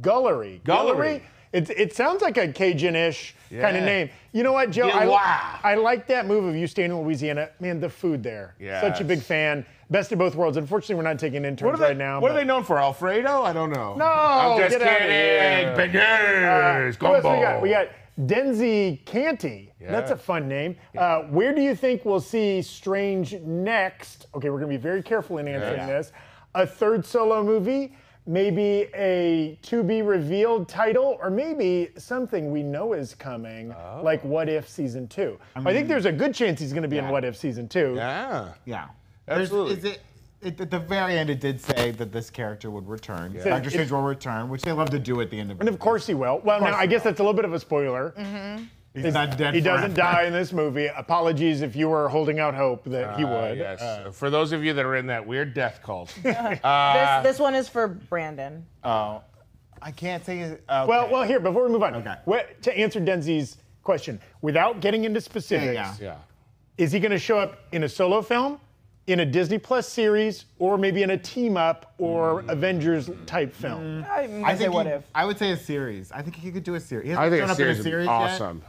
[SPEAKER 2] Gullery.
[SPEAKER 1] Gullery.
[SPEAKER 2] It, it sounds like a Cajun-ish kind
[SPEAKER 1] Yeah.
[SPEAKER 2] of name. You know what, Joe? I,
[SPEAKER 1] Gilwa.
[SPEAKER 2] I like that move of you staying in Louisiana. Man, the food there. Such a big
[SPEAKER 1] Yes.
[SPEAKER 2] fan. Best of both worlds. Unfortunately, we're not taking interns
[SPEAKER 1] what are they,
[SPEAKER 2] right now.
[SPEAKER 1] what are
[SPEAKER 2] but-
[SPEAKER 1] they known for? Alfredo? I don't know. No, I'm just
[SPEAKER 2] get outta
[SPEAKER 1] kidding.
[SPEAKER 2] Uh,
[SPEAKER 1] Beignets,
[SPEAKER 2] who else
[SPEAKER 1] gumbo.
[SPEAKER 2] we got? We got Denzi Canty. That's a fun name. Uh, where do you think we'll see Strange next? Okay, we're going to be very careful in answering
[SPEAKER 4] Yeah.
[SPEAKER 2] this. A third solo movie, maybe a to be revealed title, or maybe something we know is coming, like What If Season 2. I, think there's a good chance he's going to be in What If Season 2.
[SPEAKER 1] Yeah.
[SPEAKER 4] Yeah.
[SPEAKER 1] Absolutely.
[SPEAKER 4] There's, is it, it, at the very end, it did say that this character would return.
[SPEAKER 2] So
[SPEAKER 4] Doctor
[SPEAKER 2] it-
[SPEAKER 4] Strange will return, which they love to do at the end of.
[SPEAKER 2] And of course he will. Well, now I guess that's a little bit of a spoiler.
[SPEAKER 4] he's not dead.
[SPEAKER 2] He doesn't
[SPEAKER 4] forever.
[SPEAKER 2] die in this movie. Apologies if you were holding out hope that he
[SPEAKER 1] Uh,
[SPEAKER 2] would.
[SPEAKER 1] yes. for those of you that are in that weird death cult,
[SPEAKER 2] Uh,
[SPEAKER 1] Uh,
[SPEAKER 5] this, this one is for Brandon.
[SPEAKER 4] Oh, I can't say. it- Okay.
[SPEAKER 2] Well, well, here before we move on.
[SPEAKER 4] Okay.
[SPEAKER 2] What, to answer Denzi's question, without getting into specifics,
[SPEAKER 4] yeah.
[SPEAKER 1] yeah.
[SPEAKER 2] is he going to show up in a solo film, in a Disney Plus series, or maybe in a team up or
[SPEAKER 4] Mm.
[SPEAKER 2] Avengers type film?
[SPEAKER 5] I'm
[SPEAKER 4] I
[SPEAKER 5] gonna say
[SPEAKER 4] think
[SPEAKER 5] what
[SPEAKER 4] he-
[SPEAKER 5] if.
[SPEAKER 4] I would say a series. I think he could do a series. He
[SPEAKER 1] I
[SPEAKER 4] hasn't
[SPEAKER 1] think
[SPEAKER 4] shown
[SPEAKER 1] a
[SPEAKER 4] up in
[SPEAKER 1] series, would be
[SPEAKER 4] yet.
[SPEAKER 1] awesome.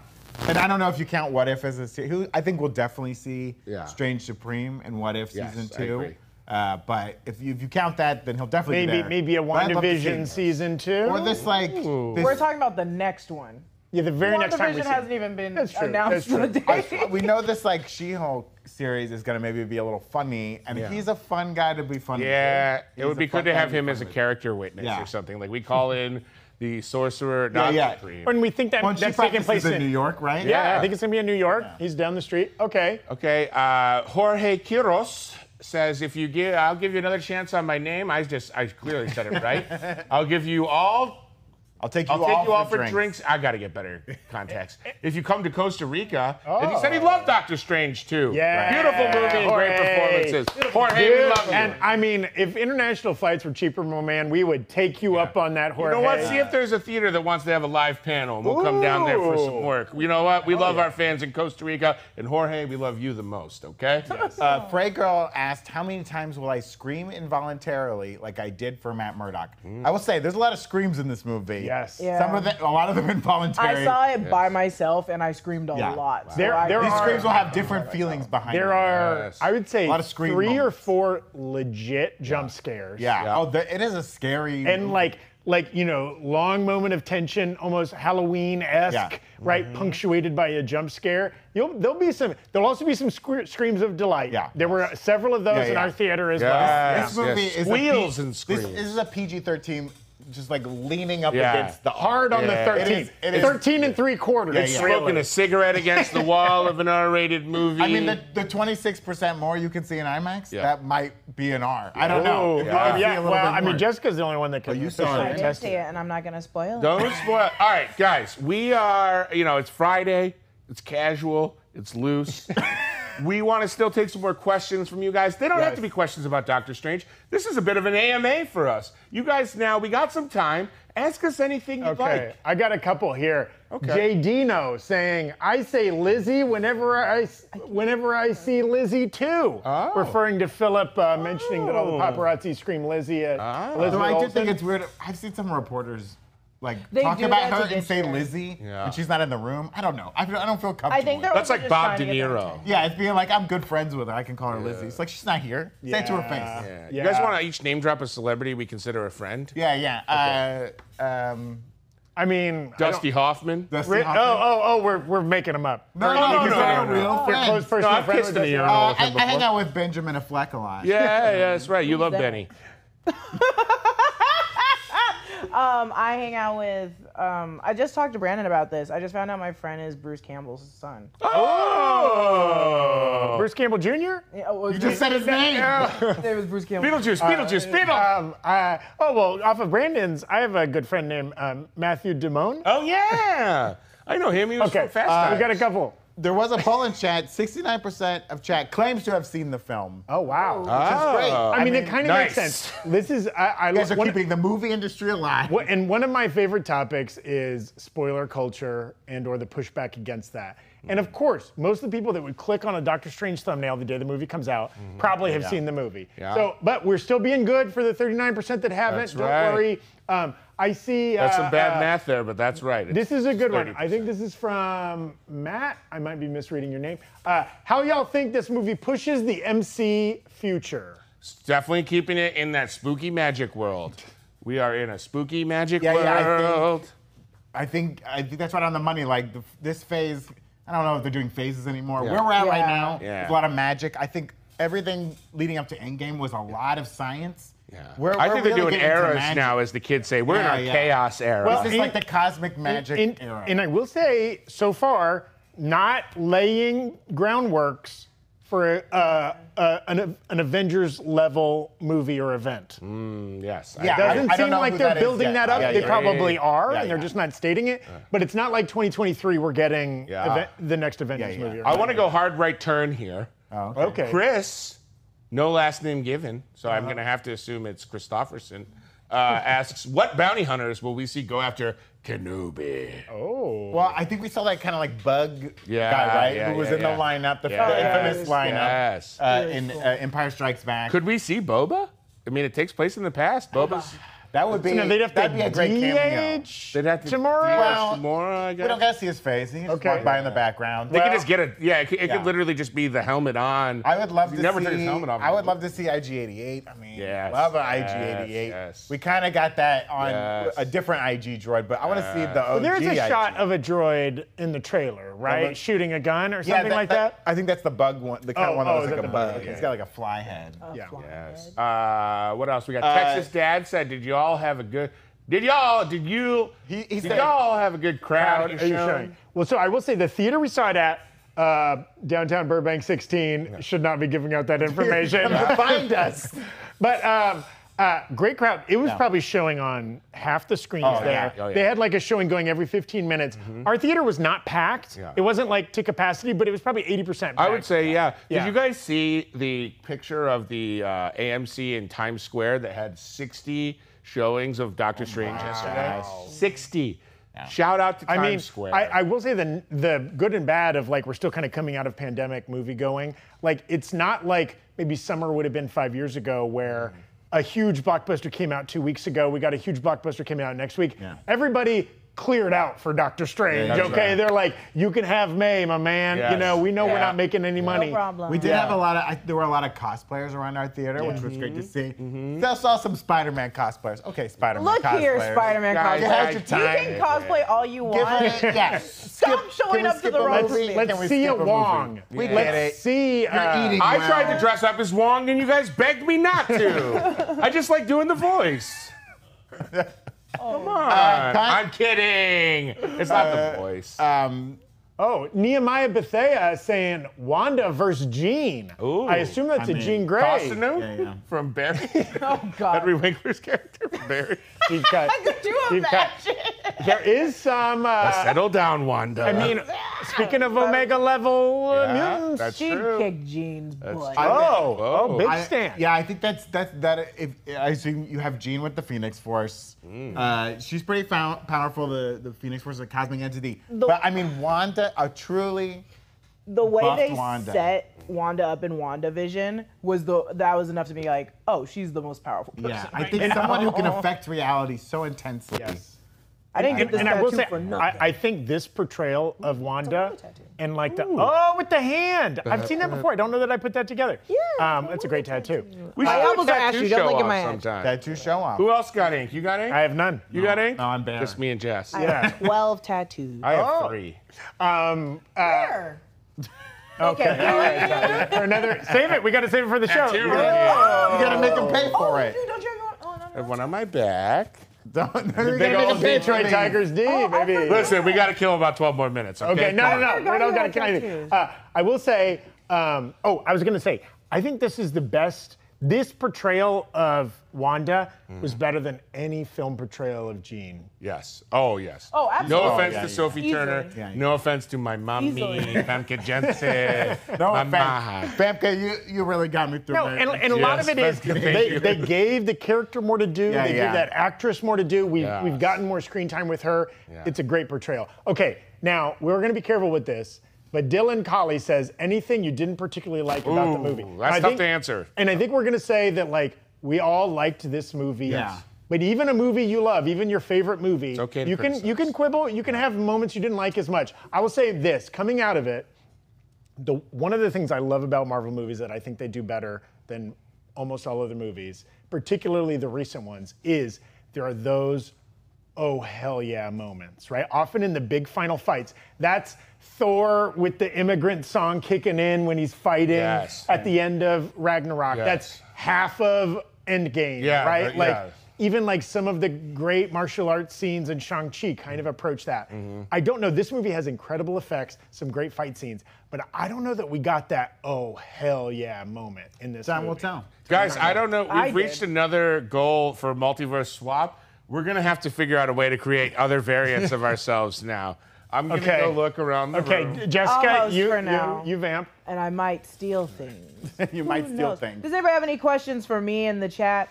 [SPEAKER 4] And I don't know if you count What If as a series. I think we'll definitely see
[SPEAKER 1] Yeah.
[SPEAKER 4] Strange Supreme and What If
[SPEAKER 1] Yes,
[SPEAKER 4] season
[SPEAKER 1] I
[SPEAKER 4] two.
[SPEAKER 1] agree.
[SPEAKER 4] Uh, but if you, if you count that, then he'll definitely be
[SPEAKER 2] Maybe
[SPEAKER 4] there.
[SPEAKER 2] maybe a
[SPEAKER 4] But I'd love to see
[SPEAKER 2] WandaVision
[SPEAKER 4] it.
[SPEAKER 2] season two.
[SPEAKER 4] or this like this-
[SPEAKER 5] We're talking about the next one.
[SPEAKER 2] yeah, the very next time we
[SPEAKER 5] WandaVision
[SPEAKER 2] see.
[SPEAKER 5] hasn't
[SPEAKER 2] it.
[SPEAKER 5] even been
[SPEAKER 2] That's true,
[SPEAKER 5] announced
[SPEAKER 2] that's
[SPEAKER 5] for the
[SPEAKER 2] true.
[SPEAKER 5] day.
[SPEAKER 4] we know this like She-Hulk series is gonna maybe be a little funny, and he's a fun guy to be funny.
[SPEAKER 1] Yeah,
[SPEAKER 4] with.
[SPEAKER 1] it
[SPEAKER 4] He's
[SPEAKER 1] would be
[SPEAKER 4] a fun
[SPEAKER 1] good to
[SPEAKER 4] guy
[SPEAKER 1] have
[SPEAKER 4] be
[SPEAKER 1] him
[SPEAKER 4] fun
[SPEAKER 1] as a
[SPEAKER 4] with.
[SPEAKER 1] character witness
[SPEAKER 4] Yeah.
[SPEAKER 1] or something. Like we call in the sorcerer, not
[SPEAKER 4] yeah.
[SPEAKER 1] the queen.
[SPEAKER 2] When we think that
[SPEAKER 4] Well, she
[SPEAKER 2] that's taking
[SPEAKER 4] practices
[SPEAKER 2] place
[SPEAKER 4] in,
[SPEAKER 2] in
[SPEAKER 4] New York, right?
[SPEAKER 1] Yeah.
[SPEAKER 2] I think it's gonna be in New York. He's down the street. Okay.
[SPEAKER 1] Okay, uh, Jorge Quiros says if you give, I'll give you another chance on my name. I just, I clearly said it right. I'll give you all
[SPEAKER 4] I'll take you
[SPEAKER 1] I'll
[SPEAKER 4] all
[SPEAKER 1] take you
[SPEAKER 4] for
[SPEAKER 1] all for drinks.
[SPEAKER 4] drinks.
[SPEAKER 1] I got to get better contacts. if you come to Costa Rica, and he said he loved Doctor Strange too.
[SPEAKER 2] Yeah.
[SPEAKER 1] Beautiful movie and great
[SPEAKER 2] Jorge.
[SPEAKER 1] performances. Jorge, we love you.
[SPEAKER 2] And I mean, if international flights were cheaper, my man, we would take you up on that
[SPEAKER 1] you
[SPEAKER 2] horse.
[SPEAKER 1] know what? See if there's a theater that wants to have a live panel, and we'll come down there for some
[SPEAKER 2] Ooh.
[SPEAKER 1] work. You know what? We love our fans in Costa Rica, and Jorge, we love you the most. Okay?
[SPEAKER 4] Uh, Frey Girl asked, "How many times will I scream involuntarily like I did for Matt Murdock?" I will say, there's a lot of screams in this movie.
[SPEAKER 2] Yes.
[SPEAKER 5] Yeah.
[SPEAKER 4] Some of the, a lot of them involuntary.
[SPEAKER 5] I saw it by myself and I screamed a
[SPEAKER 4] Yeah.
[SPEAKER 5] lot. So
[SPEAKER 2] There-
[SPEAKER 5] I-
[SPEAKER 2] there
[SPEAKER 4] These
[SPEAKER 2] are-
[SPEAKER 4] screams will have different feelings behind.
[SPEAKER 2] There
[SPEAKER 4] them.
[SPEAKER 2] are,
[SPEAKER 1] Yes.
[SPEAKER 2] I would say,
[SPEAKER 4] A lot of scream
[SPEAKER 2] three or
[SPEAKER 4] moments.
[SPEAKER 2] four legit jump scares.
[SPEAKER 4] Yeah. Oh, the, it is a scary.
[SPEAKER 2] And like, like you know, long moment of tension, almost Halloween esque,
[SPEAKER 4] Yeah. Mm-hmm.
[SPEAKER 2] right? Punctuated by a jump scare. You'll, there'll be some. There'll also be some scre- screams of delight.
[SPEAKER 4] Yeah.
[SPEAKER 2] There were several of those
[SPEAKER 4] Yeah,
[SPEAKER 2] in
[SPEAKER 4] yeah.
[SPEAKER 2] our theater as
[SPEAKER 1] Yes.
[SPEAKER 2] well.
[SPEAKER 4] This movie
[SPEAKER 1] yes.
[SPEAKER 4] is a
[SPEAKER 1] Squeals
[SPEAKER 4] P-
[SPEAKER 1] and
[SPEAKER 4] this-
[SPEAKER 1] screams.
[SPEAKER 4] This, is a PG-13 just like leaning up
[SPEAKER 1] Yeah.
[SPEAKER 4] against the
[SPEAKER 2] Hard on
[SPEAKER 1] Yeah.
[SPEAKER 2] the
[SPEAKER 1] It
[SPEAKER 2] 13.
[SPEAKER 1] is-
[SPEAKER 4] it is-
[SPEAKER 2] 13 and three quarters.
[SPEAKER 1] It's smoking a cigarette against the wall of an R-rated movie.
[SPEAKER 4] I mean, the, the 26% more you can see in IMAX,
[SPEAKER 1] Yeah.
[SPEAKER 4] that might be an R. I don't know.
[SPEAKER 2] Oh,
[SPEAKER 4] It could
[SPEAKER 2] yeah.
[SPEAKER 4] be a little
[SPEAKER 2] Well,
[SPEAKER 4] bit
[SPEAKER 2] I mean,
[SPEAKER 4] more.
[SPEAKER 2] Jessica's the only one that can
[SPEAKER 6] you saw
[SPEAKER 2] officially
[SPEAKER 6] it.
[SPEAKER 5] I didn't
[SPEAKER 2] attest to
[SPEAKER 5] see it, and I'm not gonna spoil it.
[SPEAKER 1] Don't spoil. All right, guys, we are. You know, it's Friday. It's casual. It's loose. we want to still take some more questions from you guys. They don't have to be questions about Doctor Strange. This is a bit of an AMA for us. You guys, now we got some time. Ask us anything you'd
[SPEAKER 2] Okay,
[SPEAKER 1] like.
[SPEAKER 2] I got a couple here.
[SPEAKER 1] Okay.
[SPEAKER 2] Jay Dino saying, "I say Lizzie whenever I s- whenever I see Lizzie too,"
[SPEAKER 1] Oh.
[SPEAKER 2] referring to Philip uh, mentioning that all the
[SPEAKER 1] Oh.
[SPEAKER 2] paparazzi scream Lizzie at
[SPEAKER 1] Ah.
[SPEAKER 2] Elizabeth
[SPEAKER 4] Though I did
[SPEAKER 2] Olsen.
[SPEAKER 4] think it's weird. I've seen some reporters like
[SPEAKER 5] They
[SPEAKER 4] talk
[SPEAKER 5] do
[SPEAKER 4] about
[SPEAKER 5] that to
[SPEAKER 4] her and
[SPEAKER 5] get
[SPEAKER 4] say
[SPEAKER 5] you.
[SPEAKER 4] Lizzie,
[SPEAKER 1] Yeah.
[SPEAKER 4] but she's not in the room. I don't know. I, feel, I don't feel comfortable.
[SPEAKER 5] I think
[SPEAKER 4] with
[SPEAKER 5] they're
[SPEAKER 1] That's
[SPEAKER 5] also
[SPEAKER 1] like
[SPEAKER 5] just
[SPEAKER 1] Bob De
[SPEAKER 5] trying to get their attention.
[SPEAKER 1] Niro.
[SPEAKER 4] it. yeah, it's being like I'm good friends with her. I can call her Lizzie. It's like she's not here. Say it to
[SPEAKER 2] Yeah.
[SPEAKER 4] her face.
[SPEAKER 1] You guys
[SPEAKER 2] Yeah.
[SPEAKER 1] want to each name drop a celebrity we consider a friend?
[SPEAKER 4] Yeah, yeah. Uh, um,
[SPEAKER 2] I mean, I
[SPEAKER 1] Dusty Hoffman.
[SPEAKER 4] Dustin
[SPEAKER 2] don't- Ri-
[SPEAKER 4] Hoffman.
[SPEAKER 2] oh, oh, oh, we're we're making them up.
[SPEAKER 4] No, no,
[SPEAKER 1] no,
[SPEAKER 4] no,
[SPEAKER 1] no,
[SPEAKER 4] they're
[SPEAKER 1] no,
[SPEAKER 4] real
[SPEAKER 1] no.
[SPEAKER 2] Your
[SPEAKER 4] friends.
[SPEAKER 2] close
[SPEAKER 1] No,
[SPEAKER 2] personal
[SPEAKER 1] I've
[SPEAKER 2] friend
[SPEAKER 1] kissed in
[SPEAKER 2] with
[SPEAKER 1] the
[SPEAKER 2] Dusty
[SPEAKER 1] urinal.
[SPEAKER 2] Hoffman.
[SPEAKER 4] Uh, I, I hang out with Benjamin Affleck a lot.
[SPEAKER 1] yeah, yeah, that's right. You love
[SPEAKER 5] that?
[SPEAKER 1] Benny.
[SPEAKER 5] Um, I hang out with. Um, I just talked to Brandon about this. I just found out my friend is Bruce Campbell's son.
[SPEAKER 1] Oh!
[SPEAKER 2] Bruce Campbell Jr.
[SPEAKER 5] Yeah, oh,
[SPEAKER 4] You just said his name.
[SPEAKER 5] it was Bruce Campbell.
[SPEAKER 1] Beetlejuice, Beetlejuice, Beetle.
[SPEAKER 2] Um, uh, oh well, off of Brandon's, I have a good friend named um, Matthew Damone.
[SPEAKER 1] oh yeah, I know him. He was
[SPEAKER 2] okay,
[SPEAKER 1] from Fast
[SPEAKER 2] uh,
[SPEAKER 1] Times.
[SPEAKER 2] we got a couple.
[SPEAKER 4] There was a poll in chat. 69% of chat claims to have seen the film.
[SPEAKER 2] Oh wow.
[SPEAKER 1] Oh.
[SPEAKER 4] great.
[SPEAKER 2] I, mean, it kind of
[SPEAKER 1] nice.
[SPEAKER 2] makes sense. This is I, I
[SPEAKER 4] You guys are
[SPEAKER 2] one-
[SPEAKER 4] keeping the movie industry alive.
[SPEAKER 2] What, and one of my favorite topics is spoiler culture and or the pushback against that. And of course, most of the people that would click on a Doctor Strange thumbnail the day the movie comes out probably have seen the movie.
[SPEAKER 1] Mm-hmm. Yeah.
[SPEAKER 2] So, but we're still being good for the 39% that haven't.
[SPEAKER 1] That's
[SPEAKER 2] Don't
[SPEAKER 1] right.
[SPEAKER 2] worry. Um, I see.
[SPEAKER 1] That's
[SPEAKER 2] uh,
[SPEAKER 1] some bad
[SPEAKER 2] uh,
[SPEAKER 1] math there, but that's right.
[SPEAKER 2] This is a good one. I
[SPEAKER 1] 30%.
[SPEAKER 2] think this is from Matt. I might be misreading your name. Uh, how y'all think this movie pushes the MC future?
[SPEAKER 1] It's definitely keeping it in that spooky magic world. We are in a spooky magic
[SPEAKER 4] Yeah, yeah, I think-
[SPEAKER 1] world.
[SPEAKER 4] I think I think that's right on the money. Like the, this phase, I don't know if they're doing phases anymore.
[SPEAKER 1] Yeah.
[SPEAKER 4] Where we're at right
[SPEAKER 5] Yeah.
[SPEAKER 4] now,
[SPEAKER 1] Yeah.
[SPEAKER 4] it's a lot of magic. I think everything leading up to Endgame was a lot of science.
[SPEAKER 1] Yeah.
[SPEAKER 4] We're-
[SPEAKER 1] I
[SPEAKER 4] we're
[SPEAKER 1] think they're
[SPEAKER 4] really
[SPEAKER 1] doing
[SPEAKER 4] getting into
[SPEAKER 1] eras
[SPEAKER 4] magic.
[SPEAKER 1] now, as the kids say. We're in
[SPEAKER 4] Yeah,
[SPEAKER 1] our
[SPEAKER 4] yeah.
[SPEAKER 1] chaos era.
[SPEAKER 2] Well,
[SPEAKER 4] This is like the cosmic magic
[SPEAKER 2] And- and,
[SPEAKER 4] era.
[SPEAKER 2] and I will say, so far, not laying groundworks for uh, uh, an, an Avengers level movie or event.
[SPEAKER 1] yes. I agree.
[SPEAKER 4] Yeah,
[SPEAKER 2] Doesn't
[SPEAKER 4] Mm. I don't
[SPEAKER 2] seem
[SPEAKER 4] know
[SPEAKER 2] like
[SPEAKER 4] who
[SPEAKER 2] they're
[SPEAKER 4] that is
[SPEAKER 2] building
[SPEAKER 4] yet.
[SPEAKER 2] that up.
[SPEAKER 4] Yeah,
[SPEAKER 2] they
[SPEAKER 4] yeah,
[SPEAKER 2] probably
[SPEAKER 1] yeah.
[SPEAKER 2] are,
[SPEAKER 4] Yeah,
[SPEAKER 2] and they're
[SPEAKER 4] yeah.
[SPEAKER 2] just not stating it. But it's not like 2023 we're getting
[SPEAKER 1] Yeah.
[SPEAKER 2] event- the next Avengers
[SPEAKER 4] yeah.
[SPEAKER 2] movie. or
[SPEAKER 1] I want to go hard right turn here.
[SPEAKER 4] Oh, okay.
[SPEAKER 2] Okay.
[SPEAKER 1] Chris, no last name given, so I'm
[SPEAKER 4] Uh-huh.
[SPEAKER 1] going to have to assume it's Christofferson. Uh, asks, what bounty hunters will we see go after Kenobi?
[SPEAKER 4] Oh. Well, I think we saw that kind of like bug
[SPEAKER 1] Yeah,
[SPEAKER 4] guy, right?
[SPEAKER 1] yeah,
[SPEAKER 4] Who was
[SPEAKER 1] yeah,
[SPEAKER 4] in
[SPEAKER 1] yeah.
[SPEAKER 4] the lineup, the,
[SPEAKER 1] Yeah.
[SPEAKER 4] the
[SPEAKER 1] Yes,
[SPEAKER 4] infamous lineup
[SPEAKER 1] Yes.
[SPEAKER 4] uh, in uh, Empire Strikes Back.
[SPEAKER 1] Could we see Boba? I mean, it takes place in the past. Boba's.
[SPEAKER 4] that would be
[SPEAKER 2] You know, they'd have
[SPEAKER 4] that'd be a
[SPEAKER 2] to
[SPEAKER 4] great cameo.
[SPEAKER 2] de-age
[SPEAKER 1] They'd have to
[SPEAKER 2] tomorrow.
[SPEAKER 1] de-age
[SPEAKER 4] Well,
[SPEAKER 1] tomorrow, I guess.
[SPEAKER 4] We don't gotta see his face. He can just
[SPEAKER 2] Okay.
[SPEAKER 4] walk by in the background.
[SPEAKER 1] They could just get a yeah. It, could, it
[SPEAKER 4] Yeah.
[SPEAKER 1] could literally just be the helmet on.
[SPEAKER 4] I would love
[SPEAKER 1] He
[SPEAKER 4] to
[SPEAKER 1] never
[SPEAKER 4] see.
[SPEAKER 1] took his helmet off.
[SPEAKER 4] I would love to see IG88. I mean,
[SPEAKER 1] Yes,
[SPEAKER 4] love an
[SPEAKER 1] yes,
[SPEAKER 4] IG88.
[SPEAKER 1] yes.
[SPEAKER 4] We kind of got that on
[SPEAKER 1] Yes.
[SPEAKER 4] a different IG droid, but I want to see
[SPEAKER 1] Yes.
[SPEAKER 4] the OG.
[SPEAKER 2] There's a
[SPEAKER 4] IG.
[SPEAKER 2] shot of a droid in the trailer, right?
[SPEAKER 4] but-
[SPEAKER 2] Shooting a gun or
[SPEAKER 4] Yeah,
[SPEAKER 2] something like that.
[SPEAKER 4] I think that's the bug one. The kind
[SPEAKER 2] Oh,
[SPEAKER 4] of one that
[SPEAKER 2] oh,
[SPEAKER 4] looks
[SPEAKER 2] is
[SPEAKER 4] like
[SPEAKER 2] that
[SPEAKER 4] a
[SPEAKER 2] the
[SPEAKER 4] bug.
[SPEAKER 2] bug? Okay. Oh.
[SPEAKER 4] It's got like a fly head.
[SPEAKER 2] Yeah.
[SPEAKER 1] Yes. Uh, what else we got? Texas Dad said, "Did you all have a good? Did y'all? Did you?
[SPEAKER 4] He- he
[SPEAKER 1] did
[SPEAKER 4] said-
[SPEAKER 1] y'all have a good crowd?
[SPEAKER 2] Are you showing? Well, so I will say the theater we saw it at, uh, downtown Burbank 16, should not be giving out that information.
[SPEAKER 4] Find us.
[SPEAKER 2] but um, uh, great crowd. It was probably showing on half the screens
[SPEAKER 4] Oh, yeah.
[SPEAKER 2] there.
[SPEAKER 1] Oh, yeah. Mm-hmm.
[SPEAKER 2] They had like a showing going every 15 minutes. Our theater was not packed.
[SPEAKER 1] Yeah.
[SPEAKER 2] It wasn't like to capacity, but it was probably 80% packed.
[SPEAKER 1] I would say, yeah.
[SPEAKER 2] Yeah.
[SPEAKER 1] Did you guys see the picture of the uh, AMC in Times Square that had 60 showings of Doctor Strange yesterday? 60. Shout out to
[SPEAKER 2] I
[SPEAKER 1] Times
[SPEAKER 2] mean,
[SPEAKER 1] Square.
[SPEAKER 2] I, I will say the the good and bad of like we're still kind of coming out of pandemic movie going. Like it's not like maybe summer would have been five years ago where
[SPEAKER 4] Mm-hmm.
[SPEAKER 2] a huge blockbuster came out two weeks ago. We got a huge blockbuster came out next week.
[SPEAKER 4] Yeah.
[SPEAKER 2] Everybody cleared out for Doctor Strange.
[SPEAKER 1] that's
[SPEAKER 2] okay,
[SPEAKER 1] right.
[SPEAKER 2] they're like, you can have May, my man. You
[SPEAKER 1] Yes.
[SPEAKER 2] know, we know we're
[SPEAKER 1] Yeah.
[SPEAKER 2] not making any
[SPEAKER 5] No
[SPEAKER 2] money.
[SPEAKER 5] problem.
[SPEAKER 4] We did
[SPEAKER 2] Yeah.
[SPEAKER 4] have a lot of. I, there were a lot of cosplayers around our theater, which was
[SPEAKER 1] Mm-hmm.
[SPEAKER 4] great to see. I saw some Spider-Man cosplayers. Okay, Spider-Man.
[SPEAKER 5] Look here,
[SPEAKER 4] cosplayers.
[SPEAKER 5] Spider-Man
[SPEAKER 1] Guys,
[SPEAKER 5] cosplay.
[SPEAKER 1] guys,
[SPEAKER 5] You
[SPEAKER 1] time.
[SPEAKER 5] can cosplay all you
[SPEAKER 4] Give
[SPEAKER 5] want.
[SPEAKER 4] it, a- yeah.
[SPEAKER 5] Stop
[SPEAKER 4] Skip-
[SPEAKER 5] showing
[SPEAKER 4] can we
[SPEAKER 5] up to
[SPEAKER 4] skip
[SPEAKER 5] the
[SPEAKER 4] a
[SPEAKER 5] wrong
[SPEAKER 4] movie?
[SPEAKER 5] movie.
[SPEAKER 2] Let's
[SPEAKER 4] Can we
[SPEAKER 2] see
[SPEAKER 4] skip
[SPEAKER 2] a
[SPEAKER 4] a movie?
[SPEAKER 2] Wong.
[SPEAKER 4] We
[SPEAKER 2] Let's
[SPEAKER 4] get it.
[SPEAKER 2] see.
[SPEAKER 4] You're
[SPEAKER 2] uh,
[SPEAKER 4] eating
[SPEAKER 1] I
[SPEAKER 4] well.
[SPEAKER 1] tried to dress up as Wong, and you guys begged me not to. I just like doing the voice. Come on.
[SPEAKER 4] Ty-
[SPEAKER 1] I'm kidding. It's not the voice.
[SPEAKER 4] Um,
[SPEAKER 2] Oh, Nehemiah Bethea saying Wanda versus Jean.
[SPEAKER 1] Ooh.
[SPEAKER 2] I assume that's
[SPEAKER 4] I
[SPEAKER 2] a
[SPEAKER 4] mean,
[SPEAKER 2] Jean Grey.
[SPEAKER 1] Costano
[SPEAKER 4] Yeah, yeah.
[SPEAKER 1] from Barry.
[SPEAKER 5] Oh God.
[SPEAKER 1] Henry Winkler's character from Barry.
[SPEAKER 2] Deep cut.
[SPEAKER 5] Could you
[SPEAKER 2] Deep cut.
[SPEAKER 5] imagine?
[SPEAKER 2] There is some. Uh,
[SPEAKER 1] Settle down, Wanda.
[SPEAKER 2] I mean, speaking of Omega level uh,
[SPEAKER 1] Yeah,
[SPEAKER 2] mutants.
[SPEAKER 1] that's
[SPEAKER 5] She'd
[SPEAKER 1] true.
[SPEAKER 5] kick Jean's butt.
[SPEAKER 1] true.
[SPEAKER 2] oh,
[SPEAKER 1] Whoa.
[SPEAKER 2] oh, big
[SPEAKER 4] I-
[SPEAKER 2] stand.
[SPEAKER 4] yeah, I think that's that's that. If I assume you have Jean with the Phoenix Force,
[SPEAKER 2] Mm.
[SPEAKER 4] uh, she's pretty fou- powerful. The the Phoenix Force is a cosmic entity, but I mean Wanda, a truly
[SPEAKER 5] the way
[SPEAKER 4] buffed
[SPEAKER 5] they
[SPEAKER 4] Wanda.
[SPEAKER 5] set Wanda up in WandaVision was the that was enough to be like, oh, she's the most powerful person.
[SPEAKER 4] yeah. I
[SPEAKER 5] right
[SPEAKER 4] think
[SPEAKER 5] now.
[SPEAKER 4] someone who can affect reality so intensely.
[SPEAKER 2] Yes.
[SPEAKER 5] I didn't get this
[SPEAKER 2] and
[SPEAKER 5] tattoo
[SPEAKER 2] I will say,
[SPEAKER 5] for
[SPEAKER 2] I,
[SPEAKER 5] nothing.
[SPEAKER 2] I think this portrayal of Wanda
[SPEAKER 5] lovely tattoo.
[SPEAKER 2] and like the oh with the hand. I've seen that before. I don't know that I put that together.
[SPEAKER 5] Yeah,
[SPEAKER 2] Um, that's a great tattoo.
[SPEAKER 1] we
[SPEAKER 5] My
[SPEAKER 1] should do a
[SPEAKER 5] elbows are
[SPEAKER 1] tattoo
[SPEAKER 5] ashy, don't
[SPEAKER 1] show
[SPEAKER 5] look at
[SPEAKER 1] off
[SPEAKER 5] my ass.
[SPEAKER 1] sometime.
[SPEAKER 4] That two show off.
[SPEAKER 1] Who else got ink? You got ink?
[SPEAKER 2] I have none.
[SPEAKER 1] you got ink?
[SPEAKER 4] no, I'm bare.
[SPEAKER 1] Just me and Jess.
[SPEAKER 5] I have twelve tattoos.
[SPEAKER 1] I have three.
[SPEAKER 2] Um,
[SPEAKER 5] Sure. okay.
[SPEAKER 2] for another, save it. We got to save it for the show.
[SPEAKER 1] Tattoo
[SPEAKER 2] You gotta-
[SPEAKER 1] review.
[SPEAKER 4] You gotta make them pay
[SPEAKER 5] Oh,
[SPEAKER 4] for it.
[SPEAKER 5] dude, don't you have one? Oh, no, no,
[SPEAKER 1] I
[SPEAKER 5] no.
[SPEAKER 1] have one on my back.
[SPEAKER 4] Don't, you gotta
[SPEAKER 2] Big
[SPEAKER 4] make
[SPEAKER 2] old
[SPEAKER 4] them pay for
[SPEAKER 2] Detroit
[SPEAKER 4] these.
[SPEAKER 2] Tigers D,
[SPEAKER 5] Oh, I
[SPEAKER 2] baby.
[SPEAKER 5] forgot.
[SPEAKER 1] Listen, we got to kill about 12 more minutes. Okay,
[SPEAKER 2] Okay, no,
[SPEAKER 1] Come
[SPEAKER 2] no,
[SPEAKER 1] on.
[SPEAKER 2] no.
[SPEAKER 5] forgot
[SPEAKER 2] We
[SPEAKER 5] you
[SPEAKER 2] don't got to
[SPEAKER 5] had
[SPEAKER 2] kill anything.
[SPEAKER 5] tattoos.
[SPEAKER 2] Uh, I will say, um, oh, I was going to say, I think this is the best. This portrayal of Wanda was better than any film portrayal of Jean.
[SPEAKER 1] Yes. Oh, yes.
[SPEAKER 5] Oh, absolutely.
[SPEAKER 1] No offense
[SPEAKER 4] yeah,
[SPEAKER 1] to
[SPEAKER 4] yeah.
[SPEAKER 1] Sophie
[SPEAKER 5] Easily.
[SPEAKER 1] Turner.
[SPEAKER 4] Yeah, yeah.
[SPEAKER 1] No offense to my mommy,
[SPEAKER 5] Easily.
[SPEAKER 1] Famke Jensen.
[SPEAKER 4] No,
[SPEAKER 1] my
[SPEAKER 4] Fam- Famke, you, you really got me through.
[SPEAKER 2] No,
[SPEAKER 4] my-
[SPEAKER 2] and, and a lot
[SPEAKER 1] Yes,
[SPEAKER 2] of it is
[SPEAKER 1] thank
[SPEAKER 2] they,
[SPEAKER 1] you.
[SPEAKER 2] they gave the character more to do.
[SPEAKER 4] Yeah,
[SPEAKER 2] they
[SPEAKER 4] yeah.
[SPEAKER 2] gave that actress more to do. We've,
[SPEAKER 1] Yes.
[SPEAKER 2] we've gotten more screen time with her.
[SPEAKER 1] Yeah.
[SPEAKER 2] It's a great portrayal. Okay, now we're going to be careful with this, but Dylan Colley says anything you didn't particularly like about the
[SPEAKER 1] Ooh,
[SPEAKER 2] movie.
[SPEAKER 1] that's
[SPEAKER 2] I
[SPEAKER 1] tough to answer.
[SPEAKER 2] And I think we're going to say that, like, we all liked this movie.
[SPEAKER 4] Yeah.
[SPEAKER 2] But even a movie you love, even your favorite movie,
[SPEAKER 1] okay to
[SPEAKER 2] you can you
[SPEAKER 1] criticize.
[SPEAKER 2] can quibble, you can have moments you didn't like as much. I will say this, coming out of it, the one of the things I love about Marvel movies that I think they do better than almost all other movies, particularly the recent ones, is there are those oh hell yeah moments, right? Often in the big final fights. That's Thor with the immigrant song kicking in when he's fighting
[SPEAKER 1] Yes.
[SPEAKER 2] at the end of Ragnarok.
[SPEAKER 1] Yes.
[SPEAKER 2] That's half of Endgame,
[SPEAKER 1] Yeah,
[SPEAKER 2] right?
[SPEAKER 1] but-
[SPEAKER 2] Like
[SPEAKER 1] yeah.
[SPEAKER 2] even like some of the great martial arts scenes in Shang-Chi kind of approach that.
[SPEAKER 8] Mm-hmm.
[SPEAKER 2] I don't know. This movie has incredible effects, some great fight scenes, but I don't know that we got that oh hell yeah moment in this.
[SPEAKER 4] Time will
[SPEAKER 2] movie.
[SPEAKER 4] tell.
[SPEAKER 1] Guys, I don't know. We've
[SPEAKER 5] I did.
[SPEAKER 1] reached another goal for multiverse swap. We're gonna have to figure out a way to create other variants of ourselves now. I'm gonna
[SPEAKER 2] Okay.
[SPEAKER 1] go look around the
[SPEAKER 2] Okay,
[SPEAKER 1] room.
[SPEAKER 2] Jessica,
[SPEAKER 5] Almost
[SPEAKER 2] you,
[SPEAKER 5] for
[SPEAKER 2] you-
[SPEAKER 5] now.
[SPEAKER 2] you vamp.
[SPEAKER 5] And I might steal things.
[SPEAKER 4] you might
[SPEAKER 5] Who
[SPEAKER 4] steal
[SPEAKER 5] knows?
[SPEAKER 4] things.
[SPEAKER 5] Does anybody have any questions for me in the chat?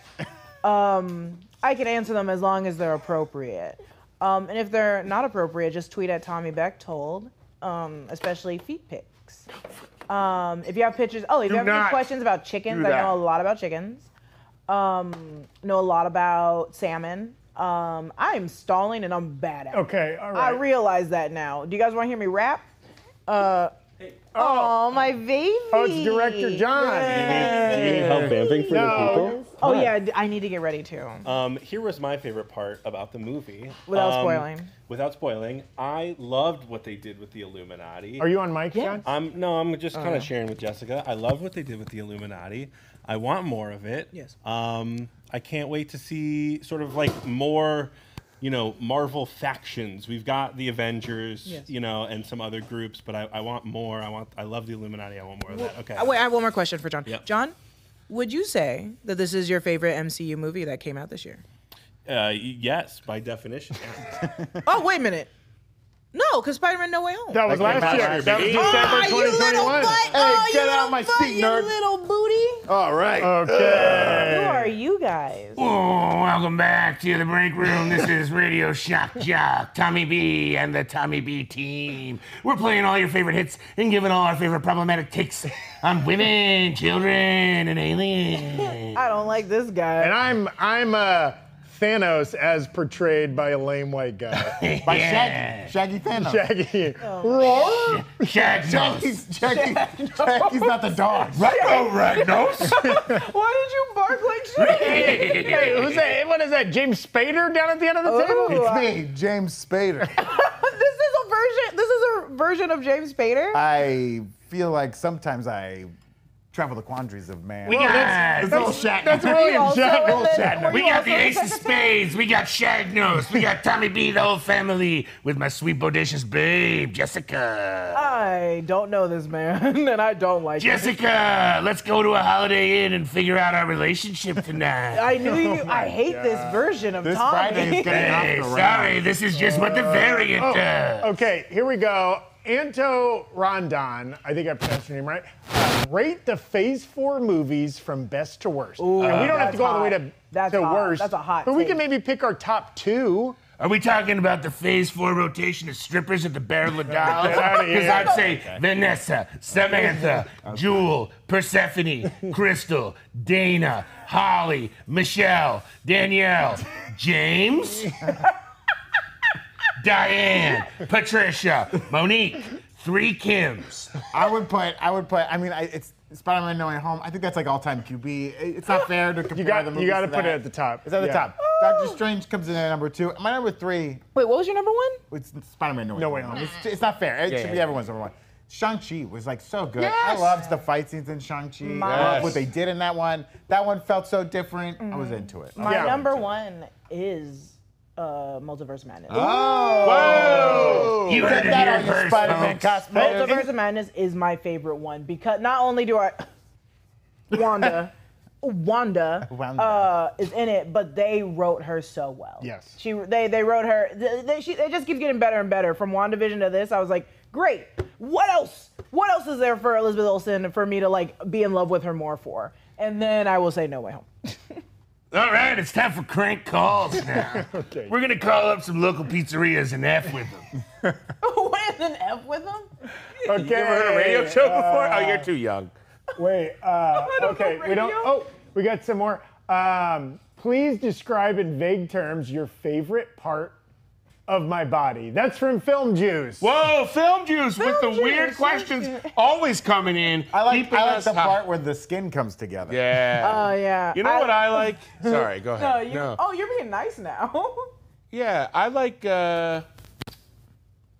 [SPEAKER 5] Um, I can answer them as long as they're appropriate. Um, and if they're not appropriate, just tweet at Tommy Bechtold, um, especially feet pics. Um, if you have pictures, oh, if you have any
[SPEAKER 1] not
[SPEAKER 5] questions about chickens, I
[SPEAKER 1] that.
[SPEAKER 5] know a lot about chickens. Um, know a lot about salmon. Um, I'm stalling and I'm bad at it.
[SPEAKER 2] Okay, all
[SPEAKER 5] I
[SPEAKER 2] right.
[SPEAKER 5] realize that now. Do you guys want to hear me rap? Uh, oh. my baby.
[SPEAKER 2] oh, it's Director John.
[SPEAKER 8] Do you need help vamping for your people?
[SPEAKER 5] Oh yeah, I d- I need to get ready too.
[SPEAKER 8] Um, here was my favorite part about the movie.
[SPEAKER 5] Without
[SPEAKER 8] Um,
[SPEAKER 5] spoiling.
[SPEAKER 8] Without spoiling, I loved what they did with the Illuminati.
[SPEAKER 2] Are you on mic, John?
[SPEAKER 8] I'm no, I'm just
[SPEAKER 5] Uh.
[SPEAKER 8] kind of sharing with Jessica. I love what they did with the Illuminati. I want more of it.
[SPEAKER 5] Yes.
[SPEAKER 8] Um, I can't wait to see sort of like more, you know, Marvel factions. We've got the Avengers,
[SPEAKER 5] Yes.
[SPEAKER 8] you know, and some other groups, but I, I want more. I want. I love the Illuminati. I want more of that. Okay.
[SPEAKER 5] Uh, Wait, I have one more question for John.
[SPEAKER 8] Yep.
[SPEAKER 5] John, would you say that this is your favorite MCU movie that came out this year?
[SPEAKER 8] Uh, y- yes, by definition.
[SPEAKER 5] oh wait a minute. No, because Spider-Man: No Way Home.
[SPEAKER 2] That was last
[SPEAKER 4] last
[SPEAKER 2] year.
[SPEAKER 4] year,
[SPEAKER 2] That was
[SPEAKER 4] baby.
[SPEAKER 2] December
[SPEAKER 5] Ah, you little
[SPEAKER 2] 2021.
[SPEAKER 5] butt! oh, you
[SPEAKER 4] get
[SPEAKER 5] little
[SPEAKER 4] out of my
[SPEAKER 5] butt,
[SPEAKER 4] seat,
[SPEAKER 5] you
[SPEAKER 4] nerd.
[SPEAKER 5] little booty!
[SPEAKER 6] All right.
[SPEAKER 2] Okay.
[SPEAKER 5] Who are you guys?
[SPEAKER 1] Oh, welcome back to the break room. This is Radio Shock Jock, Tommy B, and the Tommy B team. We're playing all your favorite hits and giving all our favorite problematic takes on women, children, and aliens.
[SPEAKER 5] I don't like this guy.
[SPEAKER 2] And I'm I'm uh, Thanos as portrayed by a lame white guy.
[SPEAKER 4] By Shaggy. Shaggy Thanos.
[SPEAKER 2] Shaggy. Roar.
[SPEAKER 1] Shagnos.
[SPEAKER 4] Shaggy's, Shaggy, Shaggy's not the dog.
[SPEAKER 1] Rhino
[SPEAKER 5] Why did you bark like shit?
[SPEAKER 2] Hey, who's that? What is that? James Spader down at the end of the table?
[SPEAKER 5] Ooh, I-
[SPEAKER 4] It's me, James Spader.
[SPEAKER 5] this is a version. This is a version of James Spader.
[SPEAKER 4] I feel like sometimes I travel the quandaries of man.
[SPEAKER 1] We got
[SPEAKER 4] It's all Shatner. That's
[SPEAKER 5] William also Shatner. in
[SPEAKER 4] William
[SPEAKER 5] the-
[SPEAKER 4] Shatner.
[SPEAKER 1] We
[SPEAKER 5] You
[SPEAKER 1] got
[SPEAKER 5] also
[SPEAKER 1] the
[SPEAKER 5] the
[SPEAKER 1] Ace of
[SPEAKER 5] secretary?
[SPEAKER 1] Spades. We got Shagnos. We got Tommy B, the whole family, with my sweet bodacious babe, Jessica.
[SPEAKER 5] I don't know this man, and I don't like him.
[SPEAKER 1] Jessica, let's go to a Holiday Inn and figure out our relationship tonight.
[SPEAKER 5] I knew you. I hate this version of
[SPEAKER 4] Oh This
[SPEAKER 5] Tommy.
[SPEAKER 4] Friday is getting off
[SPEAKER 1] Hey,
[SPEAKER 4] the rails.
[SPEAKER 1] sorry, this is just what the variant uh, does.
[SPEAKER 2] Okay, here we go. Anto Rondon, I think I pronounced your name right. Uh, rate the Phase Four movies from best to worst. and we don't have to
[SPEAKER 5] that's
[SPEAKER 2] go all the way to,
[SPEAKER 5] hot. That's
[SPEAKER 2] to
[SPEAKER 5] hot.
[SPEAKER 2] worst.
[SPEAKER 5] That's a hot
[SPEAKER 2] But we
[SPEAKER 5] take.
[SPEAKER 2] can maybe pick our top two.
[SPEAKER 1] Are we talking about the phase four rotation of strippers at the Barrel of Dolls?
[SPEAKER 2] Get outta here.
[SPEAKER 1] Because I'd say Vanessa, Samantha, Jewel, Persephone, Crystal, Dana, Holly, Michelle, Danielle, James, Diane, Patricia, Monique, three Kims.
[SPEAKER 4] I would put. I would put. I mean, I, it's Spider-Man: No Way Home. I think that's like all-time QB. It's not fair to compare
[SPEAKER 2] got-
[SPEAKER 4] the
[SPEAKER 2] you
[SPEAKER 4] movies.
[SPEAKER 2] gotta
[SPEAKER 4] to
[SPEAKER 2] put it
[SPEAKER 4] that.
[SPEAKER 2] at the top.
[SPEAKER 4] It's at the
[SPEAKER 2] Yeah.
[SPEAKER 4] top. Doctor Strange comes in at number two. My number three
[SPEAKER 5] Wait, what was your number one?
[SPEAKER 4] It's Spider-Man: No Way,
[SPEAKER 2] No Way Home.
[SPEAKER 4] It's, it's not fair. It should be everyone's number one. Shang-Chi was like so good. I loved the fight scenes in Shang-Chi. I loved what they did in that one. That one felt so different. I was into it.
[SPEAKER 5] My
[SPEAKER 2] Yeah.
[SPEAKER 5] number one is uh, Multiverse Madness.
[SPEAKER 4] Ah.
[SPEAKER 1] You
[SPEAKER 4] Get
[SPEAKER 1] heard it
[SPEAKER 4] that
[SPEAKER 1] here
[SPEAKER 4] on your
[SPEAKER 1] first,
[SPEAKER 4] Spider-Man
[SPEAKER 1] folks.
[SPEAKER 4] cosplay.
[SPEAKER 5] Multiverse of Madness is my favorite one because not only do I Wanda Wanda,
[SPEAKER 4] Wanda.
[SPEAKER 5] Uh, is in it, but they wrote her so well.
[SPEAKER 2] Yes.
[SPEAKER 5] she they they wrote her. They, they- she, it just keeps getting better and better from WandaVision to this. I was like, great. What else? What else is there for Elizabeth Olsen for me to like be in love with her more for? And then I will say No Way Home.
[SPEAKER 1] All right, it's time for crank calls now. We're gonna call up some local pizzerias and F with them.
[SPEAKER 5] With an F with them?
[SPEAKER 2] Okay.
[SPEAKER 1] You ever heard a radio show before? oh, you're too young.
[SPEAKER 2] Wait. Uh,
[SPEAKER 5] don't
[SPEAKER 2] okay.
[SPEAKER 5] know
[SPEAKER 2] We don't.
[SPEAKER 5] radio.
[SPEAKER 2] Oh, we got some more. Um, please describe in vague terms your favorite part of my body. That's from Film Juice.
[SPEAKER 1] Whoa, film juice with the
[SPEAKER 5] Film
[SPEAKER 1] weird
[SPEAKER 5] juice,
[SPEAKER 1] questions
[SPEAKER 5] film juice.
[SPEAKER 1] always coming in.
[SPEAKER 4] I like.
[SPEAKER 1] keeping
[SPEAKER 4] I like
[SPEAKER 1] us
[SPEAKER 4] the
[SPEAKER 1] hot.
[SPEAKER 4] part where the skin comes together.
[SPEAKER 1] Yeah.
[SPEAKER 5] Oh yeah.
[SPEAKER 1] you know what I like? Sorry, go
[SPEAKER 5] No,
[SPEAKER 1] ahead.
[SPEAKER 5] you, Oh, you're being nice now.
[SPEAKER 1] Yeah, I like uh,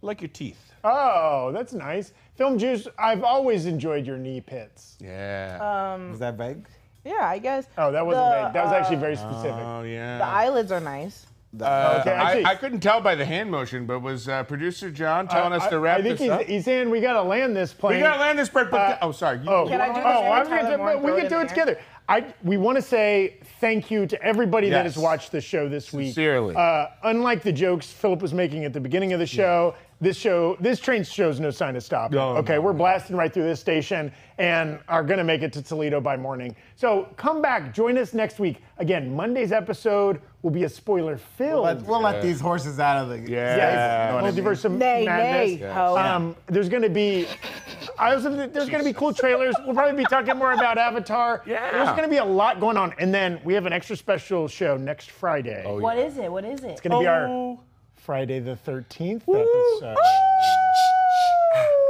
[SPEAKER 1] like your teeth.
[SPEAKER 2] Oh, that's nice. Film Juice. I've always enjoyed your knee pits.
[SPEAKER 1] Yeah.
[SPEAKER 4] Was that vague?
[SPEAKER 5] yeah, I guess.
[SPEAKER 2] Oh, that wasn't
[SPEAKER 5] The, uh,
[SPEAKER 2] vague. That was actually very specific.
[SPEAKER 1] oh
[SPEAKER 5] The
[SPEAKER 1] yeah. Uh,
[SPEAKER 5] eyelids are nice.
[SPEAKER 2] okay.
[SPEAKER 1] I,
[SPEAKER 2] actually-
[SPEAKER 1] I couldn't tell by the hand motion, but was uh, producer John telling us
[SPEAKER 2] I-
[SPEAKER 1] to wrap
[SPEAKER 2] I think
[SPEAKER 1] this
[SPEAKER 2] he's,
[SPEAKER 1] up?
[SPEAKER 2] he's saying we gotta land this plane.
[SPEAKER 1] we gotta land this part. But
[SPEAKER 2] Uh,
[SPEAKER 1] oh, sorry. You-
[SPEAKER 2] Oh,
[SPEAKER 5] Can I do this
[SPEAKER 2] oh,
[SPEAKER 5] every
[SPEAKER 2] I'm gonna
[SPEAKER 5] Tyler
[SPEAKER 2] do-
[SPEAKER 5] Moore
[SPEAKER 2] but we
[SPEAKER 5] throw it
[SPEAKER 2] can
[SPEAKER 5] in
[SPEAKER 2] do it
[SPEAKER 5] there?
[SPEAKER 2] together. I we want to say thank you to everybody that has
[SPEAKER 4] Yes.
[SPEAKER 2] watched the show this week.
[SPEAKER 1] Sincerely.
[SPEAKER 2] Uh, unlike the jokes Philip was making at the beginning of the show, this show, this train shows no sign of stopping.
[SPEAKER 1] No,
[SPEAKER 2] okay,
[SPEAKER 1] no,
[SPEAKER 2] we're
[SPEAKER 1] no.
[SPEAKER 2] blasting right through this station and are gonna make it to Toledo by morning. So come back, join us next week. Again, Monday's episode will be a spoiler filled.
[SPEAKER 4] Let, we'll let these horses out of the.
[SPEAKER 1] Yeah.
[SPEAKER 2] Yes.
[SPEAKER 1] Know what I mean?
[SPEAKER 2] Multiverse of
[SPEAKER 5] Nay,
[SPEAKER 2] Madness.
[SPEAKER 5] nay, ho.
[SPEAKER 2] Um, there's going to be. I also think there's going to be cool trailers. We'll probably be talking more about Avatar.
[SPEAKER 1] Yeah.
[SPEAKER 2] There's going to be a lot going on, and then we have an extra special show next Friday. Oh,
[SPEAKER 5] What is it? What is it?
[SPEAKER 2] It's going to be
[SPEAKER 1] Oh.
[SPEAKER 2] our Friday the 13th episode.
[SPEAKER 5] Oh.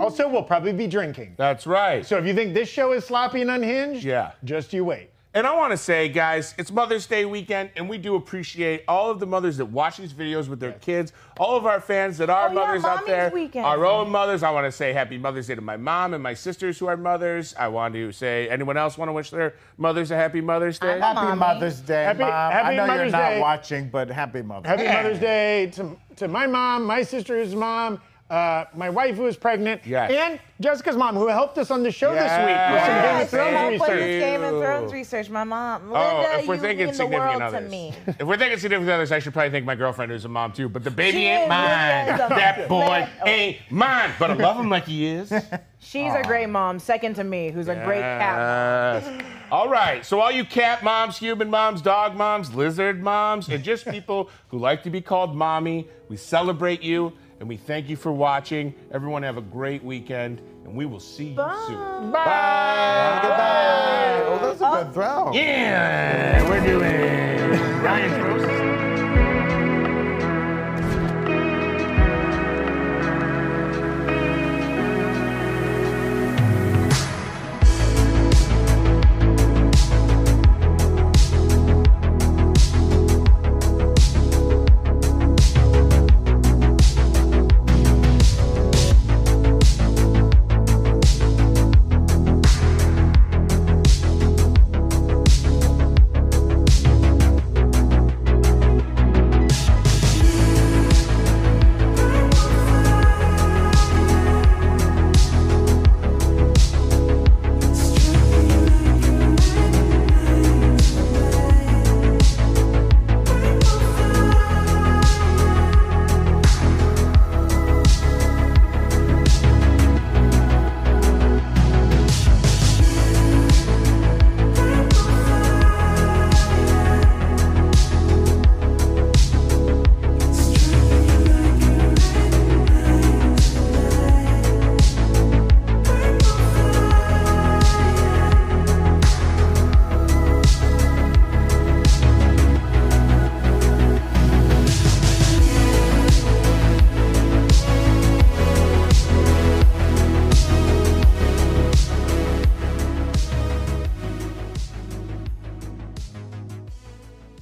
[SPEAKER 2] Also, we'll probably be drinking.
[SPEAKER 1] That's right.
[SPEAKER 2] So if you think this show is sloppy and unhinged,
[SPEAKER 1] Yeah.
[SPEAKER 2] just you wait.
[SPEAKER 1] And I want to say, guys, it's Mother's Day weekend, and we do appreciate all of the mothers that watch these videos with their kids, all of our fans that are
[SPEAKER 5] Oh, yeah,
[SPEAKER 1] mothers out
[SPEAKER 5] Mommy's
[SPEAKER 1] there,
[SPEAKER 5] Weekend.
[SPEAKER 1] our own mothers. I want to say happy Mother's Day to my mom and my sisters who are mothers. I want to say, anyone else want to wish their mothers a happy Mother's Day?
[SPEAKER 4] Happy
[SPEAKER 5] Mommy.
[SPEAKER 4] Mother's Day,
[SPEAKER 2] Happy-
[SPEAKER 4] Mom.
[SPEAKER 2] happy
[SPEAKER 4] I know
[SPEAKER 2] Mother's
[SPEAKER 4] you're not
[SPEAKER 2] Day.
[SPEAKER 4] watching, but happy Mother's
[SPEAKER 2] Happy
[SPEAKER 4] Day.
[SPEAKER 2] Mother's Day to, to my mom, my sister's mom, uh, my wife who is pregnant,
[SPEAKER 1] Yes.
[SPEAKER 2] and Jessica's mom who helped us on the show this week with some
[SPEAKER 1] Yes.
[SPEAKER 2] Game of
[SPEAKER 1] Yes, thank
[SPEAKER 2] Thrones
[SPEAKER 1] you.
[SPEAKER 2] research.
[SPEAKER 1] research.
[SPEAKER 9] Game of Thrones research. My mom, Linda,
[SPEAKER 1] Oh, if we're
[SPEAKER 9] you
[SPEAKER 1] thinking
[SPEAKER 9] mean the
[SPEAKER 1] significant
[SPEAKER 9] world
[SPEAKER 1] others.
[SPEAKER 9] to me.
[SPEAKER 1] If we're thinking significant others, I should probably thank my girlfriend who's a mom too. But the baby
[SPEAKER 9] She
[SPEAKER 1] ain't
[SPEAKER 9] is,
[SPEAKER 1] mine.
[SPEAKER 9] yes, a-
[SPEAKER 1] That boy
[SPEAKER 9] Oh.
[SPEAKER 1] ain't mine. But I love him like he is.
[SPEAKER 5] She's a great mom, second to me, who's a great cat.
[SPEAKER 1] Yes. All right. So all you cat moms, human moms, dog moms, lizard moms, and just people who like to be called mommy, we celebrate you and we thank you for watching. Everyone have a great weekend and we will see you soon. Bye.
[SPEAKER 4] Goodbye. Oh, that was a good throw.
[SPEAKER 1] Yeah, we're doing.